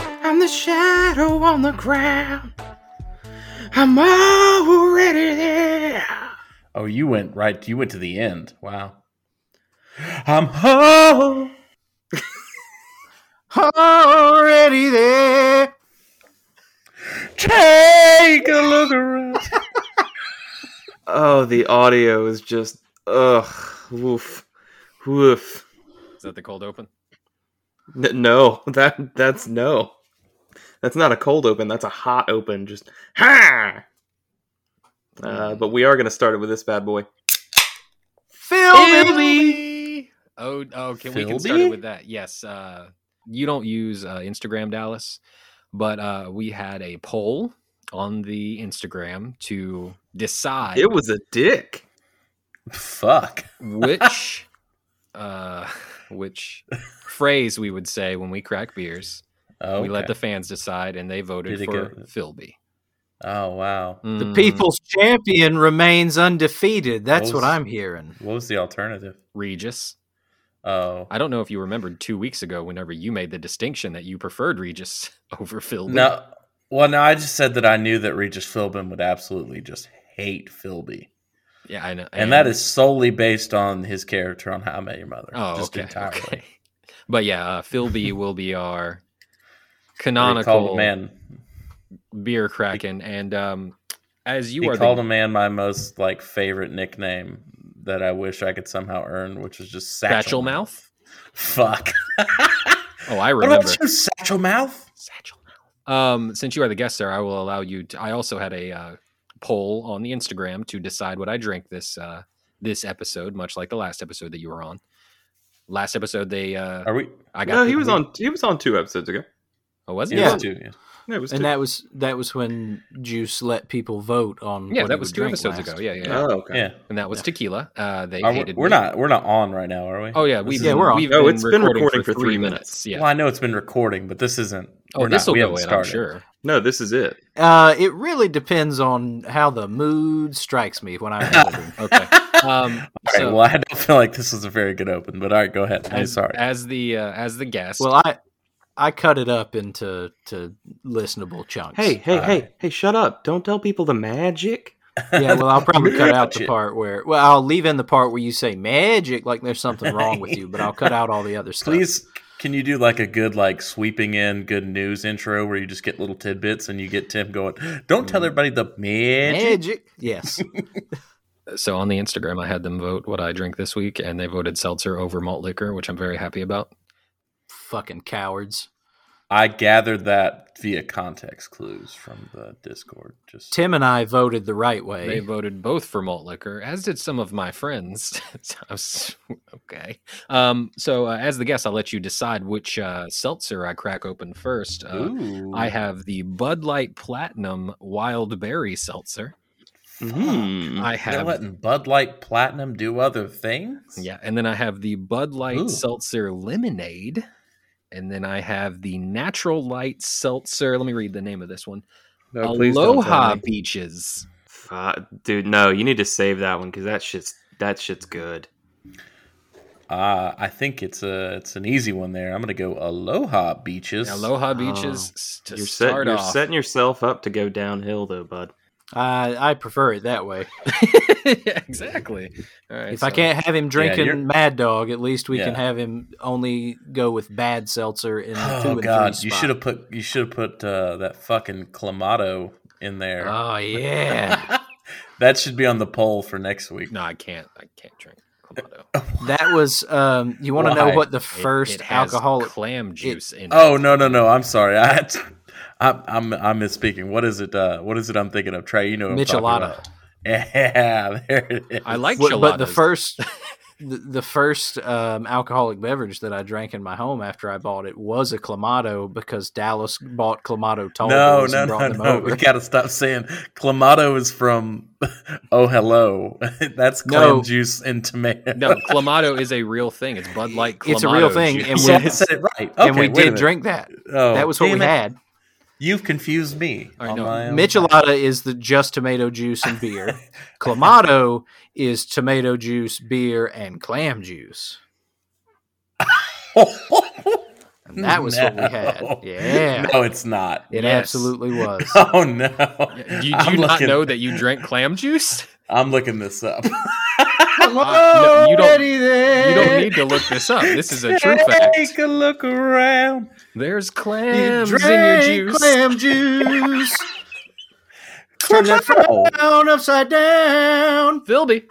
I'm the shadow on the ground. I'm already there. Oh, you went right. You went to the end. Wow. I'm home. Already there. Take a look around. Oh, the audio is just ugh, woof, woof. Is that the cold open? N- no, that that's no, that's not a cold open. That's a hot open. Just ha. Uh, but we are going to start it with this bad boy. Fill me. Oh, oh, can we can start Philby? it with that? Yes. Uh, you don't use uh, Instagram, Dallas, but uh, we had a poll on the Instagram to decide It was a dick. Fuck. which uh, which phrase we would say when we crack beers. Oh, We let the fans decide, and they voted Did it for go- Philby. Oh wow. The Mm, people's champion remains undefeated. That's what Those- I'm hearing. What was the alternative? Regis. Oh. I don't know if you remembered two weeks ago, whenever you made the distinction that you preferred Regis over Philby. No. Well, no, I just said that I knew that Regis Philbin would absolutely just hate Philby. yeah, I know, And, that is solely based on his character on How I Met Your Mother. Oh, just okay, entirely. okay. But yeah, uh, Philby will be our He called a canonical man. beer kraken, and um, as you He are called the a man my most like favorite nickname that I wish I could somehow earn, which is just Satchel, satchel mouth. Fuck. Oh, I what remember about you, Satchel Mouth? satchel mouth. Um, since you are the guest, sir, I will allow you. To, I also had a uh, poll on the Instagram to decide what I drank this uh, this episode, much like the last episode that you were on. Last episode, they uh, Are we? I got No, the- he was on. He was on two episodes ago. Oh, was he? Yeah. Yeah. Too, yeah. No, it was two. And that was that was when Juice let people vote on. Yeah, what that he was would two drink episodes last. ago. Yeah, yeah, yeah. oh, okay. Uh, yeah. and that was tequila. Uh, they Are we- hated. we're me. not. We're not on right now, are we? Oh yeah, This we've is- Yeah, we're on. We've No, been it's been recording, recording for, for three three minutes. Yeah. Well, I know it's been recording, but this isn't. oh, we're this not- will we go haven't in. I'm started. sure. No, this is it. Uh, it really depends on how the mood strikes me when I'm editing. Okay. Um, All right. so well, I don't feel like this was a very good open, but all right, go ahead. I'm as, sorry. as the uh, as the guest. well, I I cut it up into to listenable chunks. Hey, hey, All hey, right. hey! Shut up! Don't tell people the magic. yeah, well, I'll probably cut out the Shit. part where. Well, I'll leave in the part where you say magic, like there's something wrong with you, but I'll cut out all the other stuff. Please, can you do like a good, like sweeping in good news intro where you just get little tidbits and you get Tim going, don't Mm. tell everybody the magic. magic. Yes. so on the Instagram, I had them vote what I drink this week, and they voted seltzer over malt liquor, which I'm very happy about. Fucking cowards. I gathered that via context clues from the Discord. Just Tim and I voted the right They way. voted both for malt liquor, as did some of my friends. So I was- okay. Um, so uh, as the guest, I'll let you decide which uh, seltzer I crack open first. Uh, Ooh. I have the Bud Light Platinum Wild Berry Seltzer. Hmm. I They're have letting Bud Light Platinum do other things. Yeah, and then I have the Bud Light Ooh. Seltzer Lemonade, and then I have the Natural Light Seltzer. Let me read the name of this one. Oh, No, please don't tell Aloha me. Beaches. Uh, dude, no, you need to save that one because that shit's that shit's good. Uh, I think it's a it's an easy one there. I'm gonna go Aloha Beaches. Aloha Oh, Beaches s- to you're set, start you're off. setting yourself up to go downhill though, bud. I I prefer it that way. exactly. All right. if I so- can't have him drinking you're- Mad Dog, at least we Yeah. can have him only go with bad seltzer in the two Oh and God! three You spot. should have put you should have put uh, that fucking clamato in there. Oh yeah, that should be on the poll for next week. No, I can't. I can't drink Kamado. that was. Um, you want to know Why? what the It- first it has alcoholic? clam juice in it. Oh no no no! I'm sorry. I had to- I'm I'm I'm misspeaking. What is it? Uh, what is it? I'm thinking of Trey. You know, what I'm talking Michelada. about. Yeah, there it is. I like what- gelatos. but the first, the, the first um, alcoholic beverage that I drank in my home after I bought it was a clamato because Dallas bought clamato tall No, boys no, and no, brought them no. over. We gotta stop saying clamato is from Oh Hello. That's clam No. juice and tomato. No, clamato is a real thing. It's Bud Light. Clamato It's a real thing, juice. and yeah, we- I said it right. Okay, and we wait a did minute. drink that. Oh, that was what damn we it. had. You've confused me. All right, on no. my own. Michelada is the just tomato juice and beer. Clamato is tomato juice, beer, and clam juice. And that was what we had. No. Yeah. No, it's not. It Yes. absolutely was. Oh no. Yeah, Do you, do I'm you not looking- know that you drank clam juice? I'm looking this up. Uh, no, you don't- Already there. You don't need to look this up. This is a true fact. Take a look around. There's clams in your Drink juice. Clam juice. Turn that Clamato. frown upside down. Philby.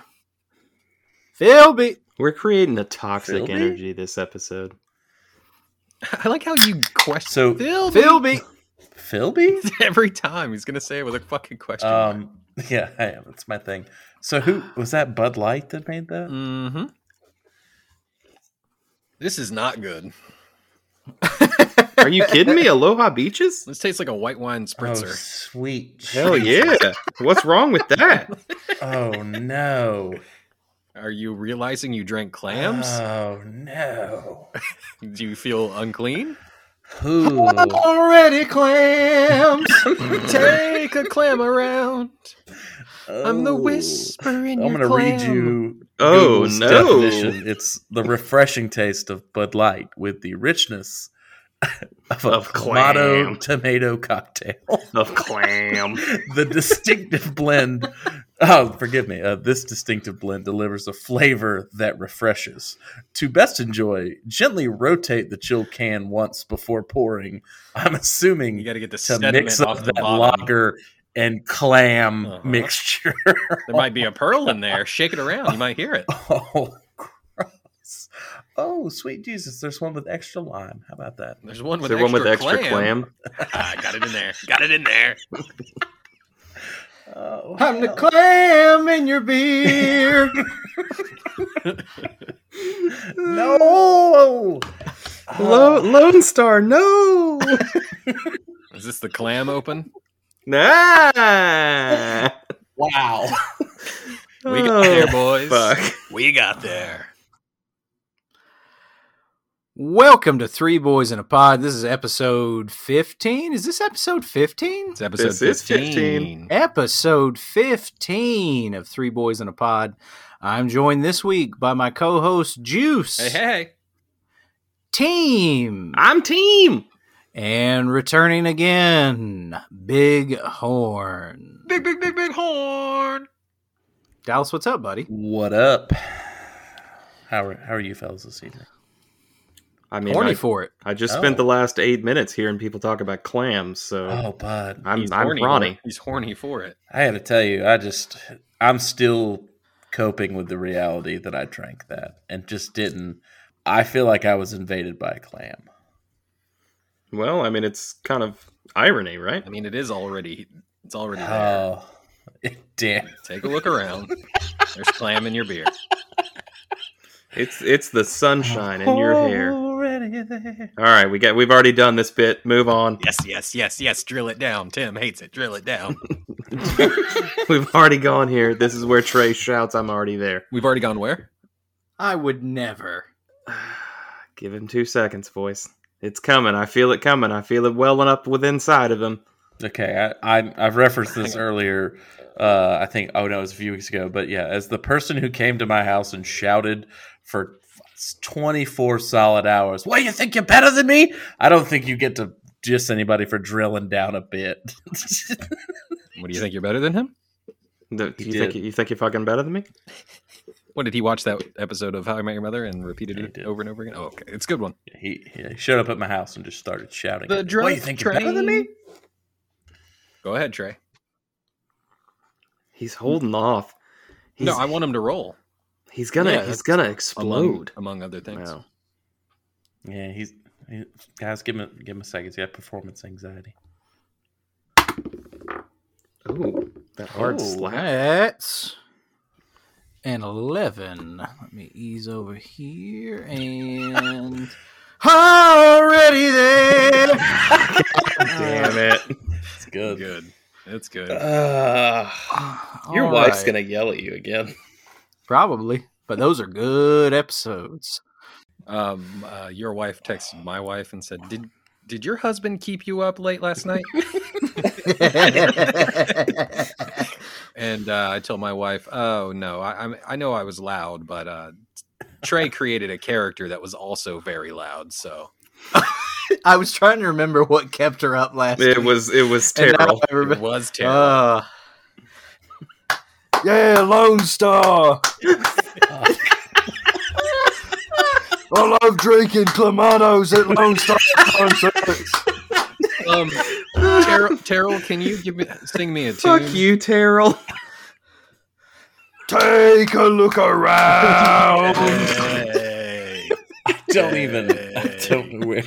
Philby. We're creating a toxic Philby? energy this episode. I like how you question So- Philby. Philby. Philby? every time. He's gonna say it with a fucking question. Um, yeah, I am. It's my thing. So who was that? Bud Light that made that? mm-hmm. This is not good. Are you kidding me? Aloha Beaches? This tastes like a white wine Oh, spritzer. sweet. Hell Jesus. yeah. What's wrong with that? Oh no. Are you realizing you drank clams? Oh no. Do you feel unclean? Who? Already clams. Take a clam around. I'm the Oh. whisper in I'm your gonna read clam. you. Oh, Google's no. Definition. It's the refreshing taste of Bud Light with the richness of a Of clamato clam. tomato cocktail. Of clam. the distinctive blend. Oh, forgive me. Uh, this distinctive blend delivers a flavor that refreshes. To best enjoy, gently rotate the chilled can once before pouring. I'm You assuming got to get the to sediment mix off up the that bottom. lager and clam Uh-huh. mixture. There might be a pearl in there. Shake it around. You might hear it. oh, gross. Oh, sweet Jesus. There's one with extra lime. How about that? There's one Is with there extra one with extra clam. clam? Ah, got it in there. Got it in there. Oh, I'm the hell. clam in your beer. No. Uh, Lo- Lone Star, no. Is this the clam open? nah. wow. We got there, boys. Fuck. We got there. Welcome to Three Boys in a Pod. This is episode 15. Is this episode 15? It's episode This is 15. 15. Episode 15 of Three Boys in a Pod. I'm joined this week by my co host, Juice, Hey, hey. Team, I'm team. and returning again, Big Horn. Big, big, big, big horn. Dallas, what's up, buddy? What up? How are, how are you fellas this evening? I mean, Horny I, for it. I just Oh. spent the last eight minutes hearing people talk about clams, so Oh, bud. I'm He's I'm horny. Ronnie. He's horny for it. I got to tell you, I just, I'm still coping with the reality that I drank that and just didn't. I feel like I was invaded by a clam. Well, I mean, it's kind of irony, right? I mean, it is already. It's already there. Oh, damn. Take a look around. There's clam in your beer. It's it's the sunshine in your hair. All Already there. right, we got we've already done this bit. Move on. Yes, yes, yes, yes. Drill it down. Tim hates it. Drill it down. We've already gone here. This is where Trey shouts, "I'm already there." We've already gone where? I would never. Give him two seconds, voice. It's coming. I feel it coming. I feel it welling up with inside of him. Okay, I, I I've referenced this earlier. Uh, I think oh no, it was a few weeks ago, but yeah, as the person who came to my house and shouted for twenty four solid hours, "What you think you're better than me?" I don't think you get to diss anybody for drilling down a bit. What do you think? You're better than him? Do He you think did. you think you're fucking better than me? What did he watch that episode of How I Met Your Mother and repeated He it did. over and over again? Oh, okay, it's a good one. he, he showed up at my house and just started shouting. The at me, what you drunk think you're better than me? train. Go ahead, Trey. He's holding off. He's, no, I want him to roll. he's gonna Yeah, he's gonna Among, explode. among other things. Wow. Yeah, he's he, guys. Give him a- give him a second. He's got performance anxiety. Ooh, that hard Oh, slap. That's and 11. Let me ease over here and. Already there! Damn it. It's good. Good. That's good. Uh, your All wife's right. going to yell at you again. Probably, but those are good episodes. Um, uh, your wife texted my wife and said, "Did did your husband keep you up late last night?" and uh, I tell my wife, "Oh no, I I'm, I know I was loud, but uh, Trey created a character that was also very loud, so I was trying to remember what kept her up last It week, was it was and now terrible. I remember- it was terrible." Uh, yeah, Lone Star. I love drinking Clamatos at Lone Star concerts. um, Terrell, Terrell, can you give me sing me a tune? you, Terrell. Take a look around. Hey. Don't even. I don't know where.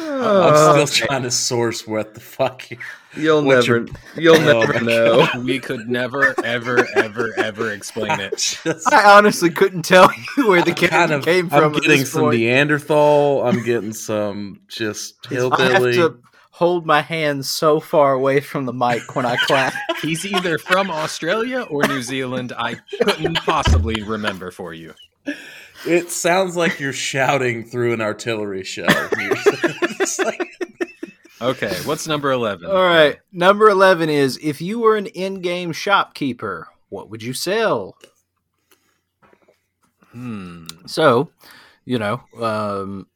Oh, I'm still trying to source what the fuck. you- you'll what's never you'll never know. Oh We could never, ever, ever, ever explain it. Just, I honestly couldn't tell you where the I'm kind character of- came I'm from. at getting this some point. Neanderthal. I'm getting some just I have hillbilly. to hold my hand so far away from the mic when I clap. He's either from Australia or New Zealand. I couldn't possibly remember for you. It sounds like you're shouting through an artillery shell. It's like- Okay, what's number 11? All right. Number 11 is if you were an in game shopkeeper, what would you sell? Hmm. So, you know, um,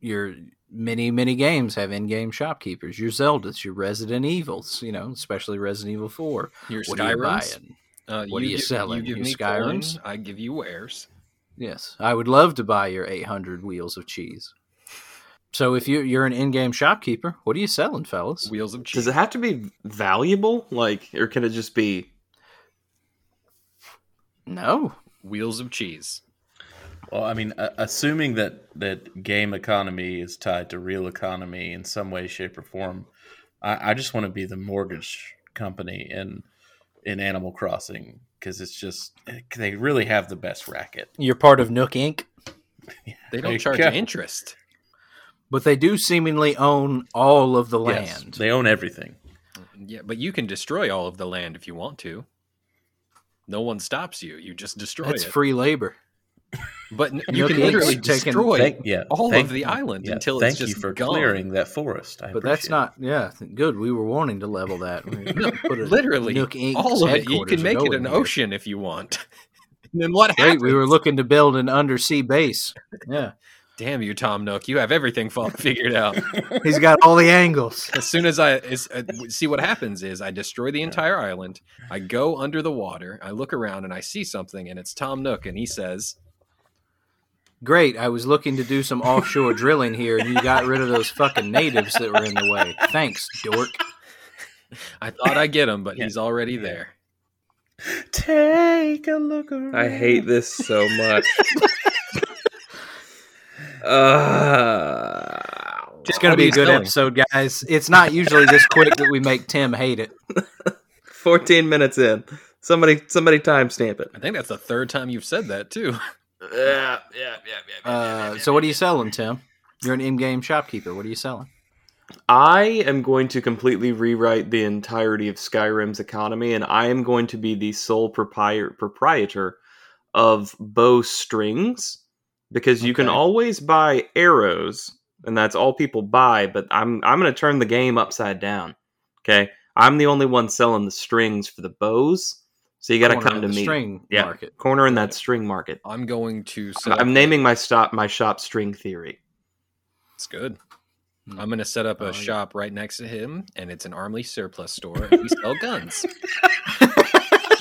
your many, many games have in game shopkeepers. Your Zeldas, your Resident Evils, you know, especially Resident Evil 4. Your What are you Skyrims. buying? Uh, What are you give- selling? You give Your me Skyrims? corn, I give you wares. Yes, I would love to buy your 800 wheels of cheese. So, if you, you're an in game shopkeeper, what are you selling, fellas? Wheels of cheese. Does it have to be valuable? Like or can it just be No. Wheels of cheese. well, I mean, uh, assuming that that game economy is tied to real economy in some way, shape, or form, I, I just want to be the mortgage company in in Animal Crossing because it's just they really have the best racket. You're part of Nook Inc., They There don't you charge go. interest. but they do seemingly own all of the Yes, land. they own everything. Yeah, but you can destroy all of the land if you want to. No one stops you. You just destroy That's it. free labor. but n- you No can kids literally taking- destroy Thank, yeah, all thank- of the island yeah, until thank it's just you for gone. clearing that forest. I But that's appreciate it. not, yeah, th- good. We were wanting to level that. We No, put a literally Nook Inc. all of it. You can make it an ocean. ocean if you want. And then what Great, happened? we were looking to build an undersea base. Yeah, Damn you, Tom Nook! You have everything fa- figured out. he's got all the angles. As soon as I is, uh, see what happens is I destroy the entire island. I go under the water. I look around and I see something, and it's Tom Nook, and he says, Great, I was looking to do some offshore drilling here, and you got rid of those fucking natives that were in the way. Thanks, dork. "I thought I get him, but Yeah. he's already there." Take a look around. I hate this so much. uh, It's gonna What are be a you good selling? episode, guys. It's not usually this quick that we make Tim hate it. 14 minutes in. Somebody somebody timestamp it. I think that's the third time you've said that too. Yeah, yeah, yeah, yeah. Uh, so, what are you selling, Tim? You're an in-game shopkeeper. What are you selling? I am going to completely rewrite the entirety of Skyrim's economy, and I am going to be the sole propri- proprietor of bow strings because you can Okay. always buy arrows, and that's all people buy. But I'm I'm going to turn the game upside down. Okay, I'm the only one selling the strings for the bows, so you got to Corner come of to the me. String Yeah. market. Corner in that string market. I'm going to. Set up- I'm naming my shop my shop String Theory. It's good. Hmm. I'm going to set up a Oh, yeah. shop right next to him, and it's an Armley surplus store. And we sell guns.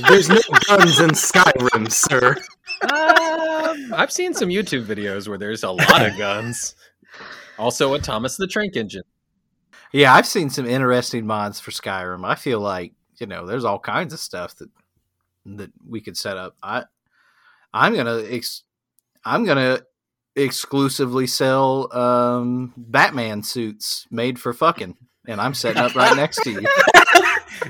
There's no guns in Skyrim, sir. Um, I've seen some YouTube videos where there's a lot of guns. Also, a Thomas the Trank engine. Yeah, I've seen some interesting mods for Skyrim. I feel like you know, there's all kinds of stuff that that we could set up. I I'm gonna ex- I'm gonna exclusively sell um, Batman suits made for fucking, and I'm setting up right next to you.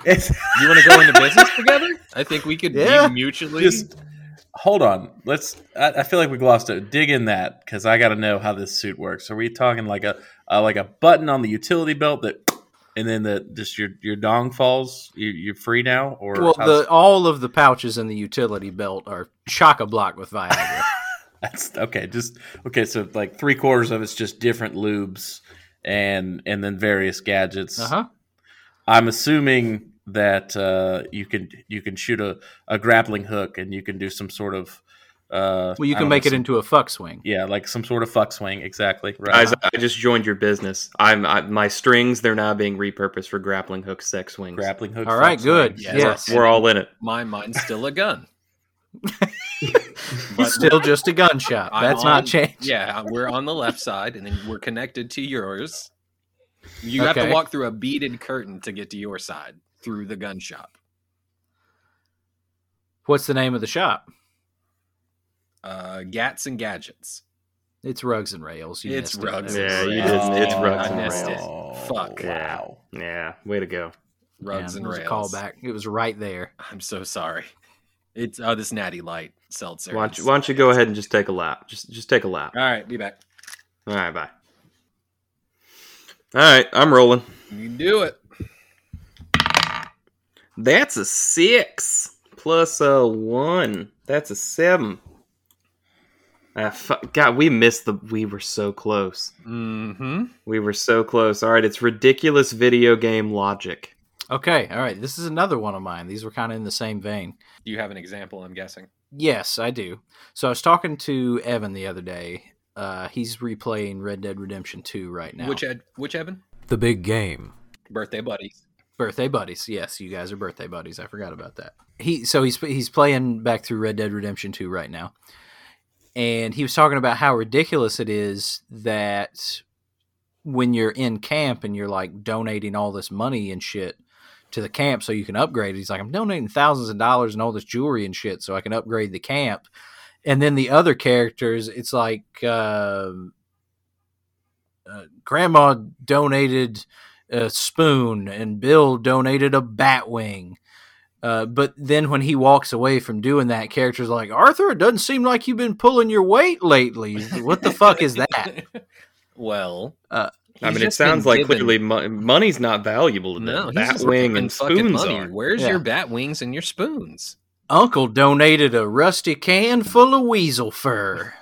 It's You want to go into business together? I think we could Yeah. be mutually. just hold on. Let's. I, I feel like we glossed it. Dig in that because I got to know how this suit works. Are we talking like a uh, like a button on the utility belt that, and then the just your your dong falls? You, you're free now, or Well, how's- the, all of the pouches in the utility belt are chock a block with Viagra. That's okay. Just okay. So like three quarters of it's just different lubes and and then various gadgets. uh huh. I'm assuming that uh, you can you can shoot a, a grappling hook and you can do some sort of. Uh, Well, you I can Oh, don't know, make it some- into a fuck swing. yeah, like some sort of fuck swing. Exactly. Right. Guys, I just joined your business. I'm I, my strings. They're now being repurposed for grappling hooks, sex swings. grappling hook. All right, fuck good. swing. Yeah. Yes. We're all in it. my mind's still a gun. But Still just a gun shop. I'm That's on- not changed. Yeah, uh, we're on the left side, and then we're connected to yours. You have Okay. to walk through a beaded curtain to get to your side through the gun shop. What's the name of the shop? Uh, Gats and gadgets. It's Rugs and Rails. You It's missed it. Rugs Yeah, and you Rails. didn't. It's Oh, rugs I and missed rails. it. Fuck. Oh, Wow. Yeah, way to go. Rugs Yeah, and it was rails. a callback. It was right there. I'm so sorry. It's oh, this natty light seltzer. Why don't, It's- you, why don't you go ahead and just take a lap? Just just take a lap. All right, be back. All right, bye. All right, I'm rolling. You can do it. That's a six plus a one. That's a seven. Ah, fu- God, we missed the. We were so close. Mm-hmm. We were so close. All right, it's ridiculous video game logic. Okay. All right. This is another one of mine. These were kind of in the same vein. You have an example, I'm guessing. Yes, I do. So I was talking to Evan the other day. Uh, he's replaying Red Dead Redemption 2 right now. Which Ed? Which Evan? The big game. Birthday buddies. birthday buddies. Yes, you guys are birthday buddies. I forgot about that. He so he's he's playing back through Red Dead Redemption 2 right now. And he was talking about how ridiculous it is that when you're in camp and you're like donating all this money and shit to the camp so you can upgrade. He's like, I'm donating thousands of dollars and all this jewelry and shit so I can upgrade the camp. And then the other characters, it's like um uh, Grandma donated a spoon and Bill donated a bat wing. Uh, but then when he walks away from doing that, characters are like Arthur, it doesn't seem like you've been pulling your weight lately. What the fuck is that? well, Uh, I he's mean, it just been sounds like given- clearly mo- money's not valuable to no. them. he's That just wing given and fucking spoons money. are. Where's Yeah. your bat wings and your spoons? Uncle donated a rusty can full of weasel fur.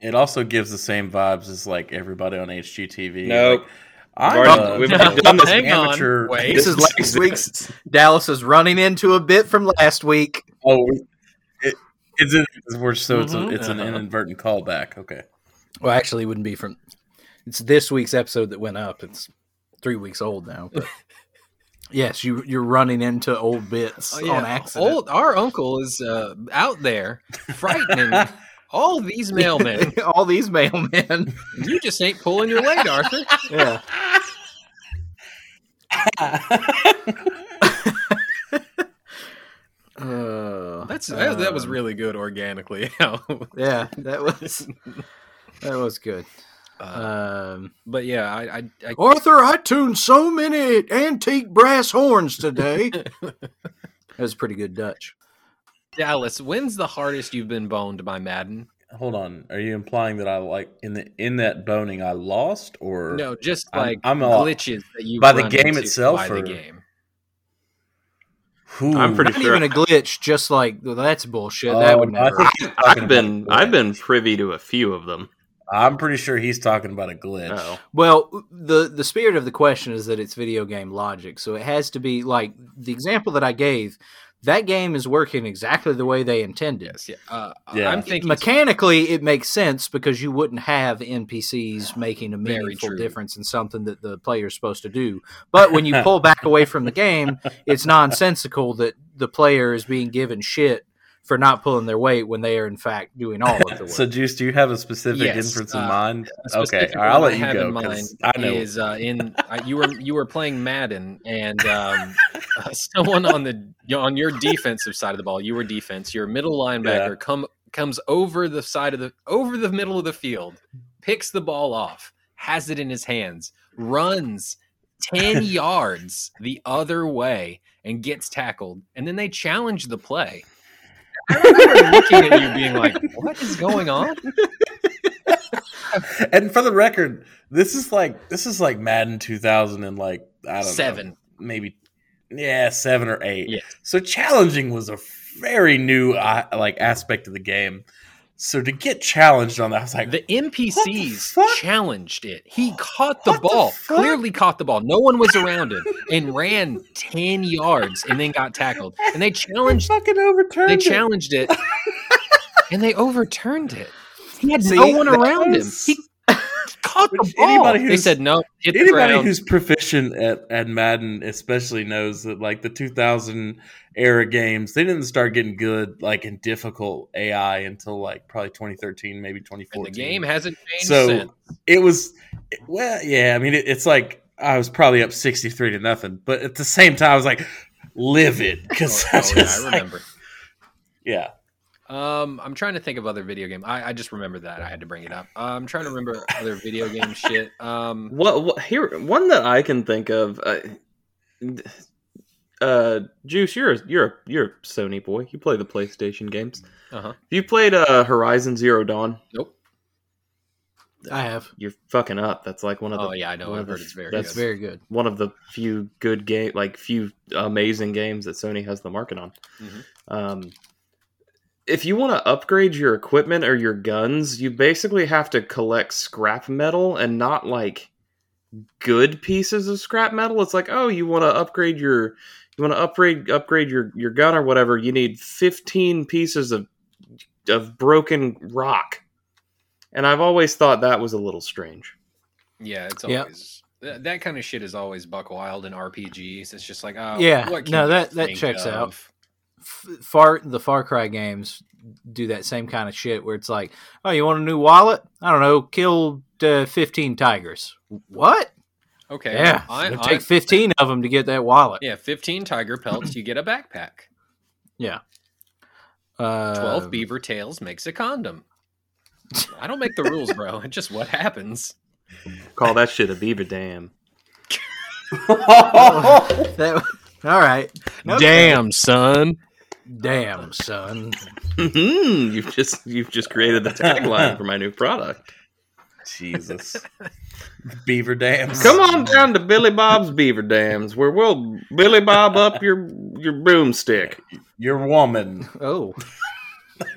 It also gives the same vibes as like everybody on HGTV. Nope. Like, I'm uh, We've already- a- we've already done this. Hang on, Amateur- wait. This is last exists. Dallas is running into a bit from last week. Oh, it, it's, in- it's we're so it's, a, Mhm. it's an Mm-hmm. Uh-huh. inadvertent callback. Okay. Well, actually, it wouldn't be from. It's this week's episode that went up. It's three weeks old now. But yes, you you're running into old bits Oh, yeah. on accident. Old, our uncle is uh, out there frightening all these mailmen. All these mailmen. you just ain't pulling your weight, Arthur. yeah. Uh, That's that, that was um, really good organically. uh, yeah. That was that was good. Uh, Um, but yeah, I, I, Oh I Arthur, I tuned so many antique brass horns today. that was pretty good Dutch. Dallas, when's the hardest you've been boned by Madden? Hold on. Are you implying that I like in the in that boning I lost or No, just I'm- like I'm all- glitches that you by the game itself, By the or- game, Ooh. I'm pretty Not sure. even a glitch. Just like well, that's bullshit. that Oh, would no, I never. think he's talking I've been about a glitch. I've been privy to a few of them. I'm pretty sure he's talking about a glitch. Oh, Well, the the spirit of the question is that it's video game logic, so it has to be like the example that I gave. That game is working exactly the way they intended. yes, yeah. Uh, Yeah. I'm thinking Mechanically, it makes sense because you wouldn't have NPCs making a Very meaningful true. difference in something that the player's supposed to do. But when you pull back away from the game, it's nonsensical that the player is being given shit for not pulling their weight when they are in fact doing all of the work. So, Juice, do you have a specific Yes, inference in uh, mind? a Okay, specific all right, I'll one I let you have go. in 'cause mind I know is uh, in uh, you were you were playing Madden and um, uh, someone on the on your defensive side of the ball. You were defense. Your middle linebacker come comes over the side of the over the middle of the field, picks the ball off, has it in his hands, runs 10 yards the other way and gets tackled. And then they challenge the play. I remember looking at you being like, what is going on? and for the record, this is like this is like Madden 2000 and like I don't Seven. know, maybe yeah, seven or eight. Yeah. So challenging was a very new uh, like aspect of the game. So to get challenged on that, I was like, The NPCs fuck? challenged it. He caught the What the ball, fuck? clearly caught the ball. No one was around him and ran 10 yards and then got tackled. And they they challenged fucking overturned. they it. challenged it and they overturned it. He had See, no one that around him. was- He caught the Which ball. anybody They who's- said no. Hit the Anybody ground. who's proficient at, at Madden, especially knows that like the 2000 era games, they didn't start getting good like in difficult AI until like probably 2013, maybe And 2014. the game hasn't changed So- since. it was it- well, yeah. I mean, it, it's like I was probably up 63 to nothing, but at the same time, I was like livid because Oh, oh, I yeah, just, I like, remember. yeah. Um, I'm trying to think of other video game. I, I just remember that I had to bring it up. I'm trying to remember other video game shit. Um, What, what here? One that I can think of. Uh, uh, Juice, you're a, you're a, you're a Sony boy. You play the PlayStation games. Uh-huh. Have you played uh, Horizon Zero Dawn? nope. I have. You're fucking up. That's like one of the Oh yeah, I know. one of I've the- heard it's very. That's good. very good. one of the few good game, like few amazing games that Sony has the market on. Mhm. Um, if you want to upgrade your equipment or your guns, you basically have to collect scrap metal and not like good pieces of scrap metal. It's like, oh, you want to upgrade your you want to upgrade upgrade your your gun or whatever. You need 15 pieces of of broken rock. And I've always thought that was a little strange. Yeah, it's Yeah. always that, that kind of shit is always buck wild in RPGs. It's just like, oh, Yeah, what can no, you that- that think checks out. of? F- Far the Far Cry games do that same kind of shit where it's like, oh, you want a new wallet? I don't know, killed uh, fifteen tigers. What? Okay, yeah, I, it'll I- take fifteen of them to get that wallet. yeah, fifteen tiger pelts, you get a backpack. Uh, Twelve beaver tails makes a condom. I don't make the rules, bro. It's just what happens. Call that shit a beaver dam. that- all right. Nope. son. Damn, son. Mhm, you've just you've just created the tagline for my new product. Jesus, Beaver Dams. Come on down to Billy Bob's Beaver Dams, where we'll Billy Bob up your your broomstick. your woman. Oh,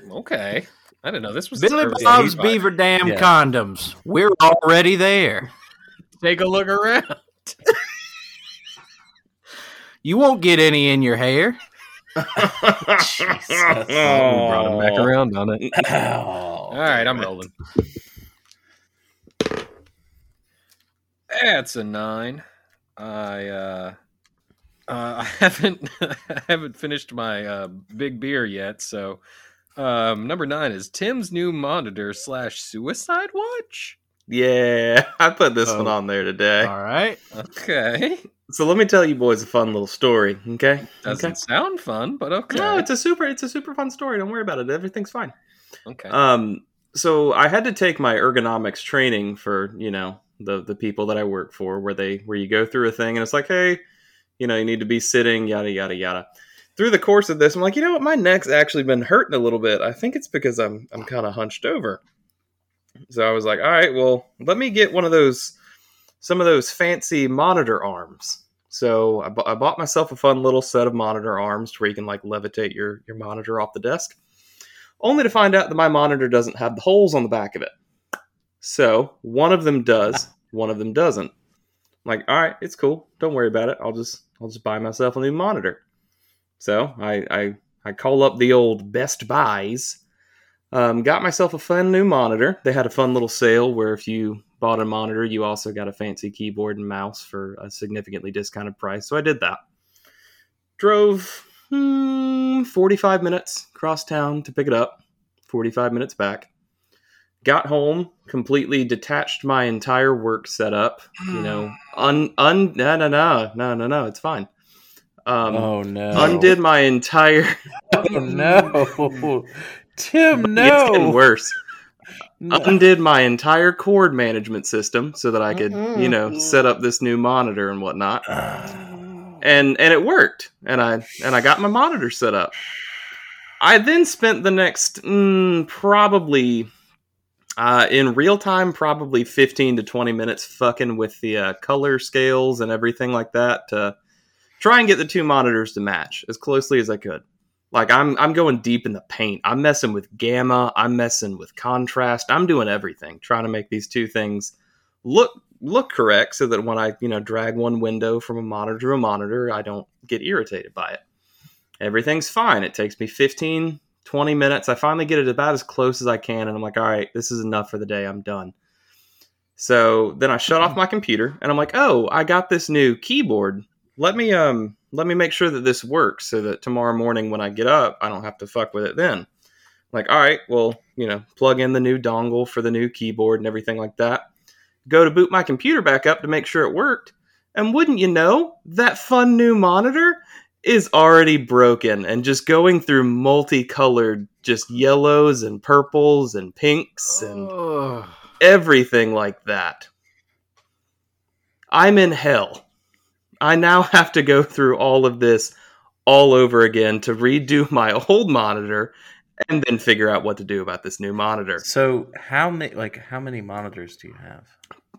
Okay, I didn't know this was Billy service Bob's anybody. Beaver Dam Yeah. condoms. We're already there. Take a look around. You won't get any in your hair. Oh, we brought him back around on it. Oh, All All right, I'm rolling. That's a nine. I uh, uh, I haven't I haven't finished my uh, big beer yet, so um, number nine is Tim's new monitor slash suicide watch. Yeah, I put this Oh. one on there today. All right. Okay, So let me tell you boys a fun little story, okay? doesn't okay. sound fun, but okay, No, it's a super it's a super fun story. Don't worry about it. Everything's fine. okay. Um, so I had to take my ergonomics training for you know the the people that I work for, where they where you go through a thing and it's like, hey, you know, you need to be sitting, yada yada yada. Through the course of this, I'm like, you know what, my neck's actually been hurting a little bit. I think it's because I'm I'm kind of hunched over. So I was like, all right, well, let me get one of those some of those fancy monitor arms. So I, bu- I bought myself a fun little set of monitor arms where you can like levitate your your monitor off the desk only to find out that my monitor doesn't have the holes on the back of it. So one of them does, one of them doesn't. I'm like, all right, it's cool. Don't worry about it. I'll just I'll just buy myself a new monitor. So I I, I call up the old Best Buys. Um, got myself a fun new monitor. They had a fun little sale where if you bought a monitor, you also got a fancy keyboard and mouse for a significantly discounted price. So I did that. Drove hmm, 45 minutes across town to pick it up. 45 minutes back. Got home, completely detached my entire work setup. You know, un un no no no no no no, it's fine. Um, oh no! Undid my entire. Oh no! It's Tim, getting no! worse. undid my entire cord management system so that I could, you know, set up this new monitor and whatnot. Uh, And and it worked. And I and I got my monitor set up. I then spent the next mm, probably uh, in real time, probably fifteen to twenty minutes fucking with the uh, color scales and everything like that to try and get the two monitors to match as closely as I could. Like I'm I'm going deep in the paint. I'm messing with gamma, I'm messing with contrast. I'm doing everything trying to make these two things look look correct so that when I, you know, drag one window from a monitor to a monitor, I don't get irritated by it. Everything's fine. It takes me 15 20 minutes. I finally get it about as close as I can and I'm like, "All right, this is enough for the day. I'm done." So, then I shut off my computer and I'm like, "Oh, I got this new keyboard. Let me um let me make sure that this works so that tomorrow morning when I get up, I don't have to fuck with it then. Like, all right, well, you know, plug in the new dongle for the new keyboard and everything like that. Go to boot my computer back up to make sure it worked. And wouldn't you know, that fun new monitor is already broken and just going through multicolored, just yellows and purples and pinks and Ugh. everything like that. I'm in hell. I now have to go through all of this all over again to redo my old monitor and then figure out what to do about this new monitor. So how many like how many monitors do you have?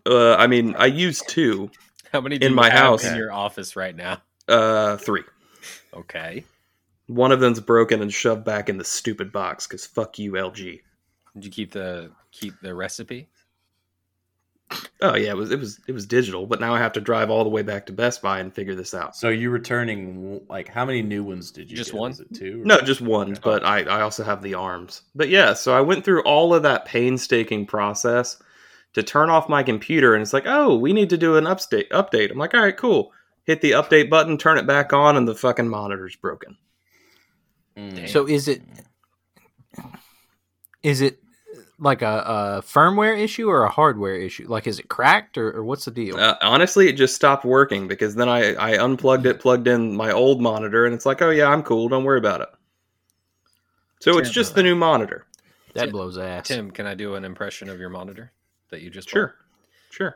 Uh, I mean, I use two, How many do In you my have house. in your office right now? uh, three. Okay. One of them's broken and shoved back in the stupid box because fuck you, LG. Did you keep the keep the recipe? Oh yeah, it was it was it was digital, but now I have to drive all the way back to Best Buy and figure this out. So you're returning like how many new ones did you Just get? one? Was it two? or- No, just one, Okay. but I, I also have the arms. But yeah, so I went through all of that painstaking process to turn off my computer, and it's like, oh, we need to do an update. Update. I'm like, all right, cool. Hit the update button, turn it back on, and the fucking monitor's broken. Mm. So is it is it like a, a firmware issue or a hardware issue? Like, is it cracked or, or what's the deal? Uh, honestly, it just stopped working because then I, I unplugged it, plugged in my old monitor, and it's like, oh yeah, I'm cool. Don't worry about it. So it's just the new monitor. that Tim- blows ass. Tim, can I do an impression of your monitor that you just bought? Sure, sure.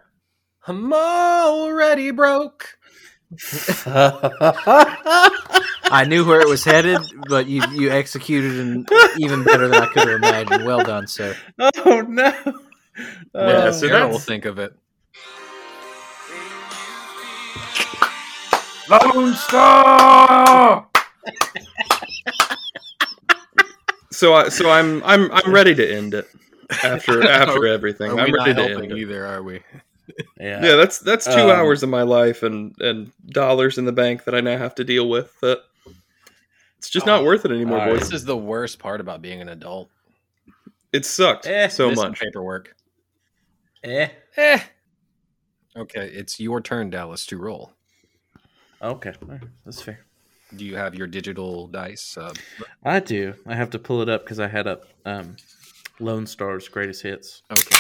I'm already broke. I knew where it was headed, but you you executed it even better than I could have imagined. Well done, sir. oh no. Yeah, Uh, Oh, so Daryl will that's- think of it. Lone Star! So I so I'm I'm I'm ready to end it after after everything. Are we I'm not ready to end helping it. either, are we? Oh, yeah. Yeah, that's that's two Um, hours of my life and and dollars in the bank that I now have to deal with. That it's just not worth it anymore, All right. boys. This is the worst part about being an adult. It sucked Eh, so This and much. paperwork. Eh. Eh. Okay, it's your turn, Dallas, to roll. Okay. All right. That's fair. Do you have your digital dice? Uh, I do. I have to pull it up because I had up um, Lone Star's greatest hits. okay.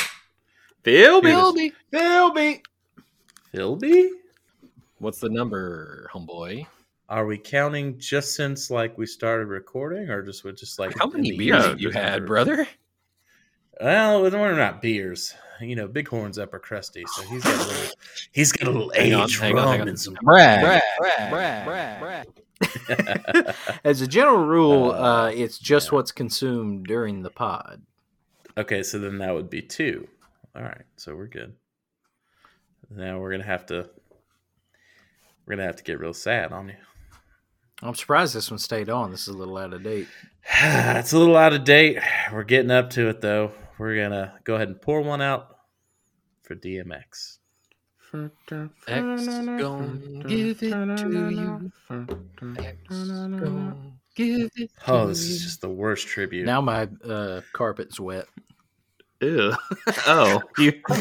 Phil, Bill. Philby. Philby. Philby? What's the number, homeboy? Are we counting just since like we started recording, or just with just like How many in the beers year? have you had, brother? Well, we're not beers. You know, Bighorn's upper crusty, so he's got a little, he's got a little Hang on, age hang rum on, hang on. and some. Brad. Brad, As a general rule, uh, it's just yeah. what's consumed during the pod. okay, so then that would be two. All right, so we're good. Now we're gonna have to we're gonna have to get real sad on you. I'm surprised this one stayed on. This is a little out of date. it's a little out of date. We're getting up to it though. We're gonna go ahead and pour one out for DMX. X is gonna give it to you. X is gonna give it to Oh, this is you. just the worst tribute. Now my uh, carpet's wet. Ew. oh, you.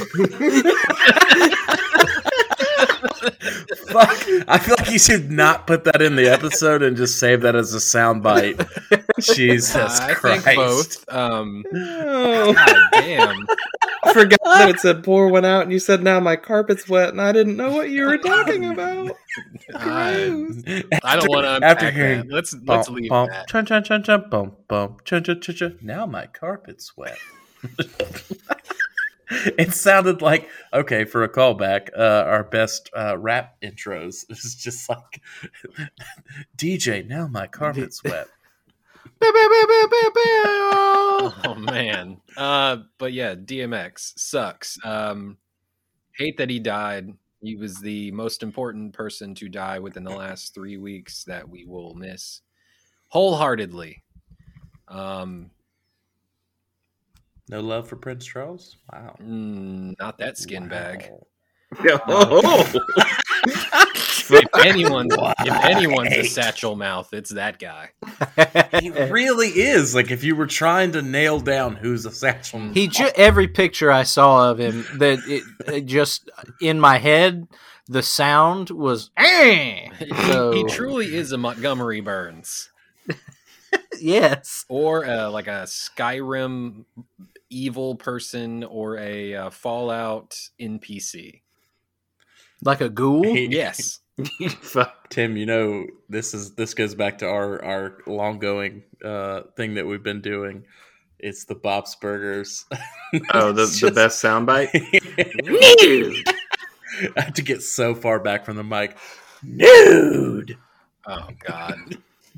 Fuck. I feel like you should not put that in the episode and just save that as a soundbite. Jesus I Christ. think both. Um, Oh, God damn. I forgot that it said pour one out, and you said now my carpet's wet, and I didn't know what you were talking about. I, Gross. I don't want to After- unpack after hearing that. Let's Bum, let's leave bum, that. Chun, chun, chun, chun, bum, bum, chun, chun, chun, chun. Now my carpet's wet. it sounded like okay for a callback. Uh, our best uh, rap intros It's just like DJ. Now my carpet's wet. oh man. Uh, but yeah, DMX sucks. Um, hate that he died. He was the most important person to die within the last three weeks that we will miss wholeheartedly. Um, No love for Prince Charles. Wow. mm, not that skin bag. Wow. oh. If anyone's, if Why? anyone's a satchel mouth, it's that guy. He really is. Like if you were trying to nail down who's a satchel. He ju- every picture I saw of him that it, it just in my head the sound was eh. Oh. So, He truly is a Montgomery Burns yes. or uh like a Skyrim evil person or a uh, Fallout NPC. Like a ghoul. He- Yes. Fuck. Tim, you know this is this goes back to our our long going uh, thing that we've been doing. It's the Bob's Burgers. Oh, the, It's the just- best soundbite. I had to get so far back from the mic. Nude. Oh God.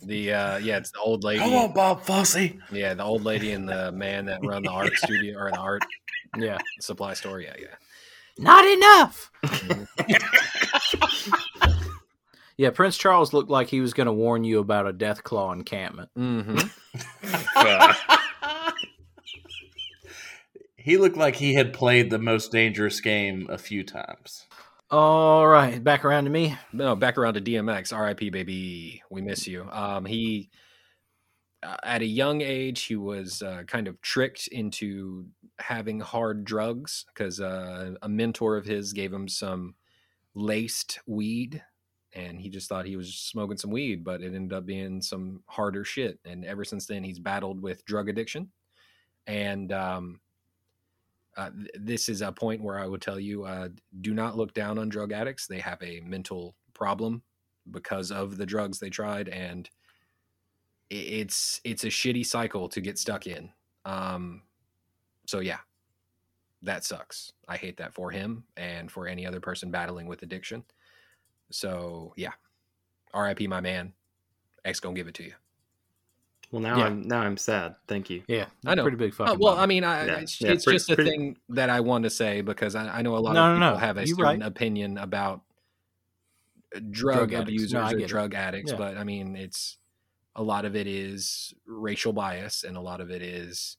The uh yeah, it's the old lady. Come on, Bob Fosse. Yeah, the old lady and the man that run the art studio or the art Yeah. supply store. Yeah, yeah. Not enough. yeah, Prince Charles looked like he was going to warn you about a death claw encampment. hmm He looked like he had played the most dangerous game a few times. All right, back around to me. No, back around to DMX. R.I.P. Baby, we miss you. Um, he uh, at a young age he was uh, kind of tricked into having hard drugs because uh, a mentor of his gave him some laced weed, and he just thought he was smoking some weed, but it ended up being some harder shit. And ever since then, he's battled with drug addiction, and um, uh, th- this is a point where I would tell you uh, do not look down on drug addicts. They have a mental problem because of the drugs they tried, and i- it's it's a shitty cycle to get stuck in. Um, so yeah, that sucks. I hate that for him and for any other person battling with addiction. So yeah, R.I.P. My man. X gonna give it to you. Well, now Yeah. I'm now I'm sad. Thank you. Yeah, I know. Pretty big fucking. Oh, well, bummer. I mean, I, Yeah, it's, yeah, it's pretty- just a pretty- thing that I want to say because I, I know a lot No, of no, people no. have a You're certain right. opinion about uh, drug, Drug addicts. abusers No, I or get it. drug addicts, Yeah. but I mean, it's a lot of it is racial bias, and a lot of it is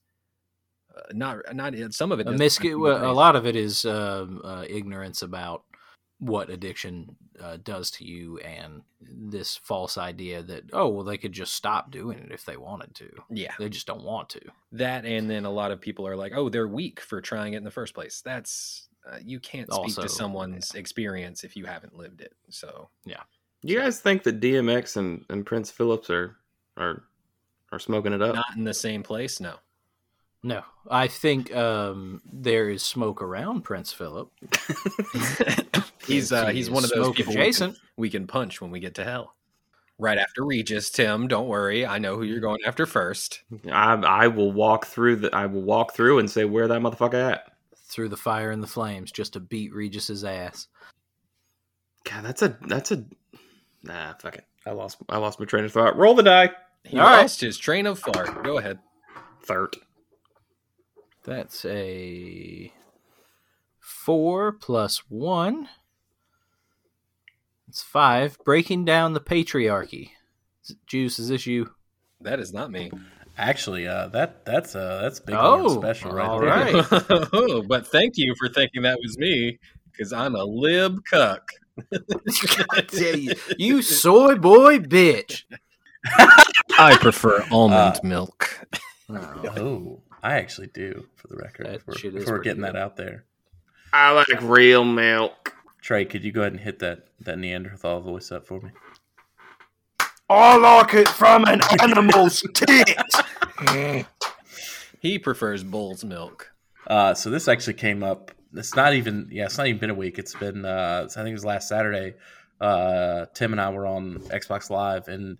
uh, not not some of it. a, doesn't have to miscu- do with well, a race. lot of it is um, uh, ignorance about what addiction uh, does to you and this false idea that oh well they could just stop doing it if they wanted to Yeah, they just don't want to that, and then a lot of people are like, "Oh, they're weak for trying it in the first place." That's uh, you can't speak Also, to someone's experience if you haven't lived it. So Do you guys think that DMX and, and Prince Phillips are are are smoking it up? not in the same place. No. no i think um, there is smoke around prince philip he's uh, He he's is one of those smoke people we can, adjacent we can punch when we get to hell. Right after Regis, Tim, don't worry. I know who you're going after first. I I will walk through the I will walk through and say where that motherfucker at. through the fire and the flames just to beat regis's ass God, that's a that's a nah. Fuck it. I lost. I lost my train of thought. Roll the die. He All right. lost his train of thought. Go ahead. Third. That's a four plus one. It's five. Breaking down the patriarchy. Is it- Juice, is this you? That is not me. Actually, uh, that that's uh, that's big Oh, Horn special right all there. right. Oh, but thank you for thinking that was me because I'm a lib cuck. you, you soy boy bitch. I prefer almond Uh, milk. Oh, Oh, I actually do. For the record, That if we're, shit if is we're pretty getting that good. out there, I like real milk. Trey, could you go ahead and hit that that Neanderthal voice up for me? I like it from an animal's tit. He prefers bull's milk. Uh, so this actually came up. It's not even yeah. It's not even been a week. It's been uh, I think it was last Saturday. Uh, Tim and I were on Xbox Live and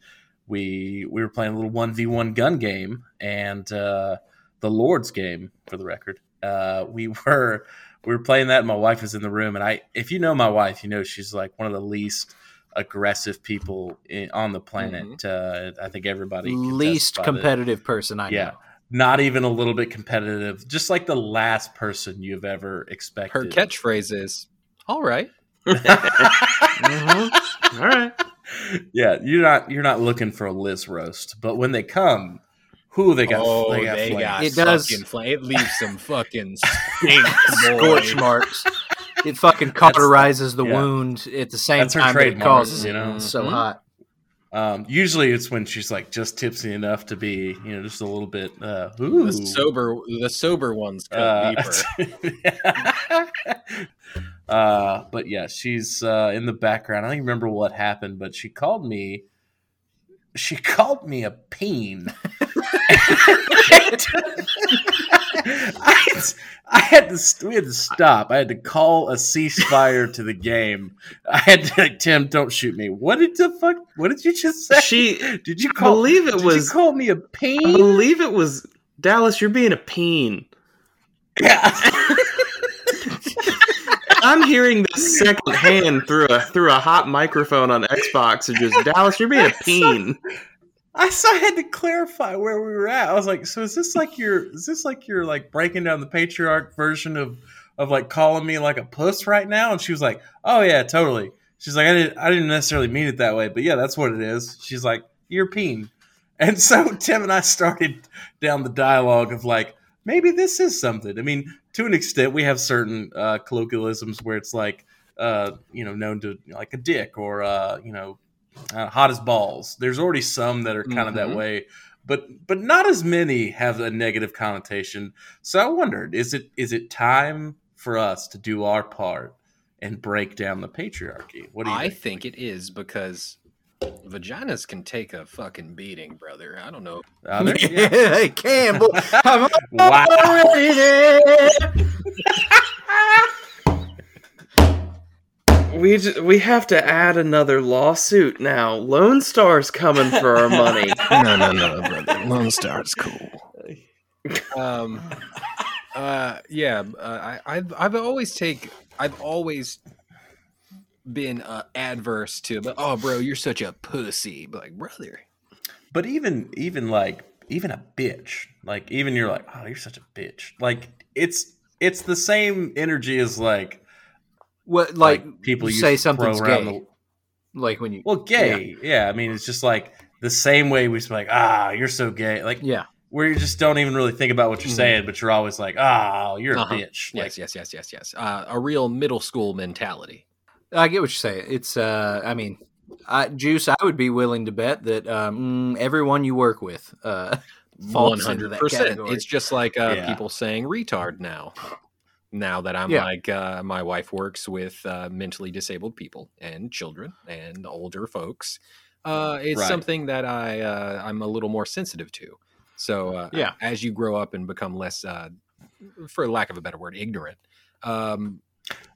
we we were playing a little one v one gun game and uh, the Lord's game for the record. Uh, we were we were playing that, and my wife was in the room, and I, if you know my wife, you know she's like one of the least aggressive people in, on the planet. Uh, I think everybody can Least testify that- competitive person I yeah. know. Not even a little bit competitive, just like the last person you've ever expected. Her catchphrase is, "All right." Mm-hmm. All right. yeah, you're not you're not looking for a Liz roast, but when they come, who they got? Oh, they got, flamed. It does- Oh, fucking fla- It leaves some fucking stink, boy. Scorch marks. It fucking cauterizes the yeah. wound at the same That's her time that it trademark, Mm-hmm. causes you it. know? It's so Mhm. hot. Um, usually it's when she's like just tipsy enough to be, you know, just a little bit. Uh, ooh, The sober, the sober ones cut Uh, deeper. uh, but yeah, she's uh, in the background. I don't even remember what happened, but she called me. She called me a peen. I, had- I had to. st- We had to stop. I had to call a ceasefire to the game. I had to. Like, Tim, don't shoot me. What did the fuck? What did you just say? She did you I call? believe it did was You call me a I peen. believe it was Dallas, you're being a peen. Yeah. I'm hearing this secondhand through a through a hot microphone on Xbox and just Dallas, you're being a peen. I so I had to clarify where we were at. I was like, so is this like your is this like your like breaking down the patriarch version of of like calling me like a puss right now? And she was like, Oh yeah, totally. She's like, I didn't I didn't necessarily mean it that way, but yeah, that's what it is. She's like, You're peen. And so Tim and I started down the dialogue of like, maybe this is something. I mean, to an extent, we have certain uh, colloquialisms where it's like, uh, you know, known to like a dick or uh, you know, uh, hot as balls. There's already some that are kind of that Mhm. way, but but not as many have a negative connotation. So I wondered, is it is it time for us to do our part and break down the patriarchy? What do you I think? think it is because vaginas can take a fucking beating, brother. I don't know. Uh, there- yeah. Yeah, Campbell. I'm Wow. already there. We just, we have to add another lawsuit now. Lone Star's coming for our money. No, no, no, brother. Lone Star's cool. Um, uh, yeah, uh, I, I've I've always take I've always been uh, adverse to, but oh, bro, you're such a pussy. But like, brother, But even even like even a bitch, like even you're like, oh, you're such a bitch. Like it's it's the same energy as like What like, people you used say to throw something's gay. around the- like when you well, gay. Yeah. I mean, it's just like the same way we used to be like, ah, you're so gay. Like Yeah. where you just don't even really think about what you're Mhm. saying, but you're always like, oh, you're Uh-huh. a bitch. Like, yes, yes, yes, yes, yes. Uh, a real middle school mentality. I get what you're saying. It's uh I mean I, Juice, I would be willing to bet that um, mm, everyone you work with uh, One falls into hundred that percent. category. It's just like uh, Yeah. people saying retard now. Now that I'm Yeah. like, uh, my wife works with uh, mentally disabled people and children and older folks. Uh, it's Right. something that I uh, I'm a little more sensitive to. So uh, Yeah. as you grow up and become less, uh, for lack of a better word, ignorant. Um,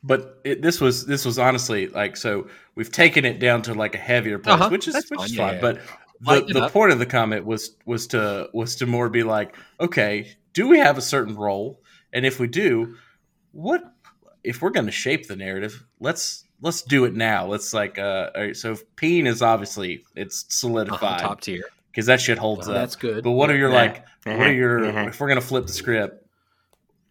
but it, this was this was honestly like so we've taken it down to like a heavier place, Uh-huh. which is That's which fine. is Yeah, fine. yeah. But Lighten the, it the up. point of the comment was was to was to more be like, okay, do we have a certain role? And if we do, what if we're going to shape the narrative? Let's let's do it now. Let's like uh all right, so if peen is obviously it's uh-huh, solidified top tier. because that shit holds up. That's good. But what are your Yeah. like? What are your? Mhm. If we're gonna flip the script,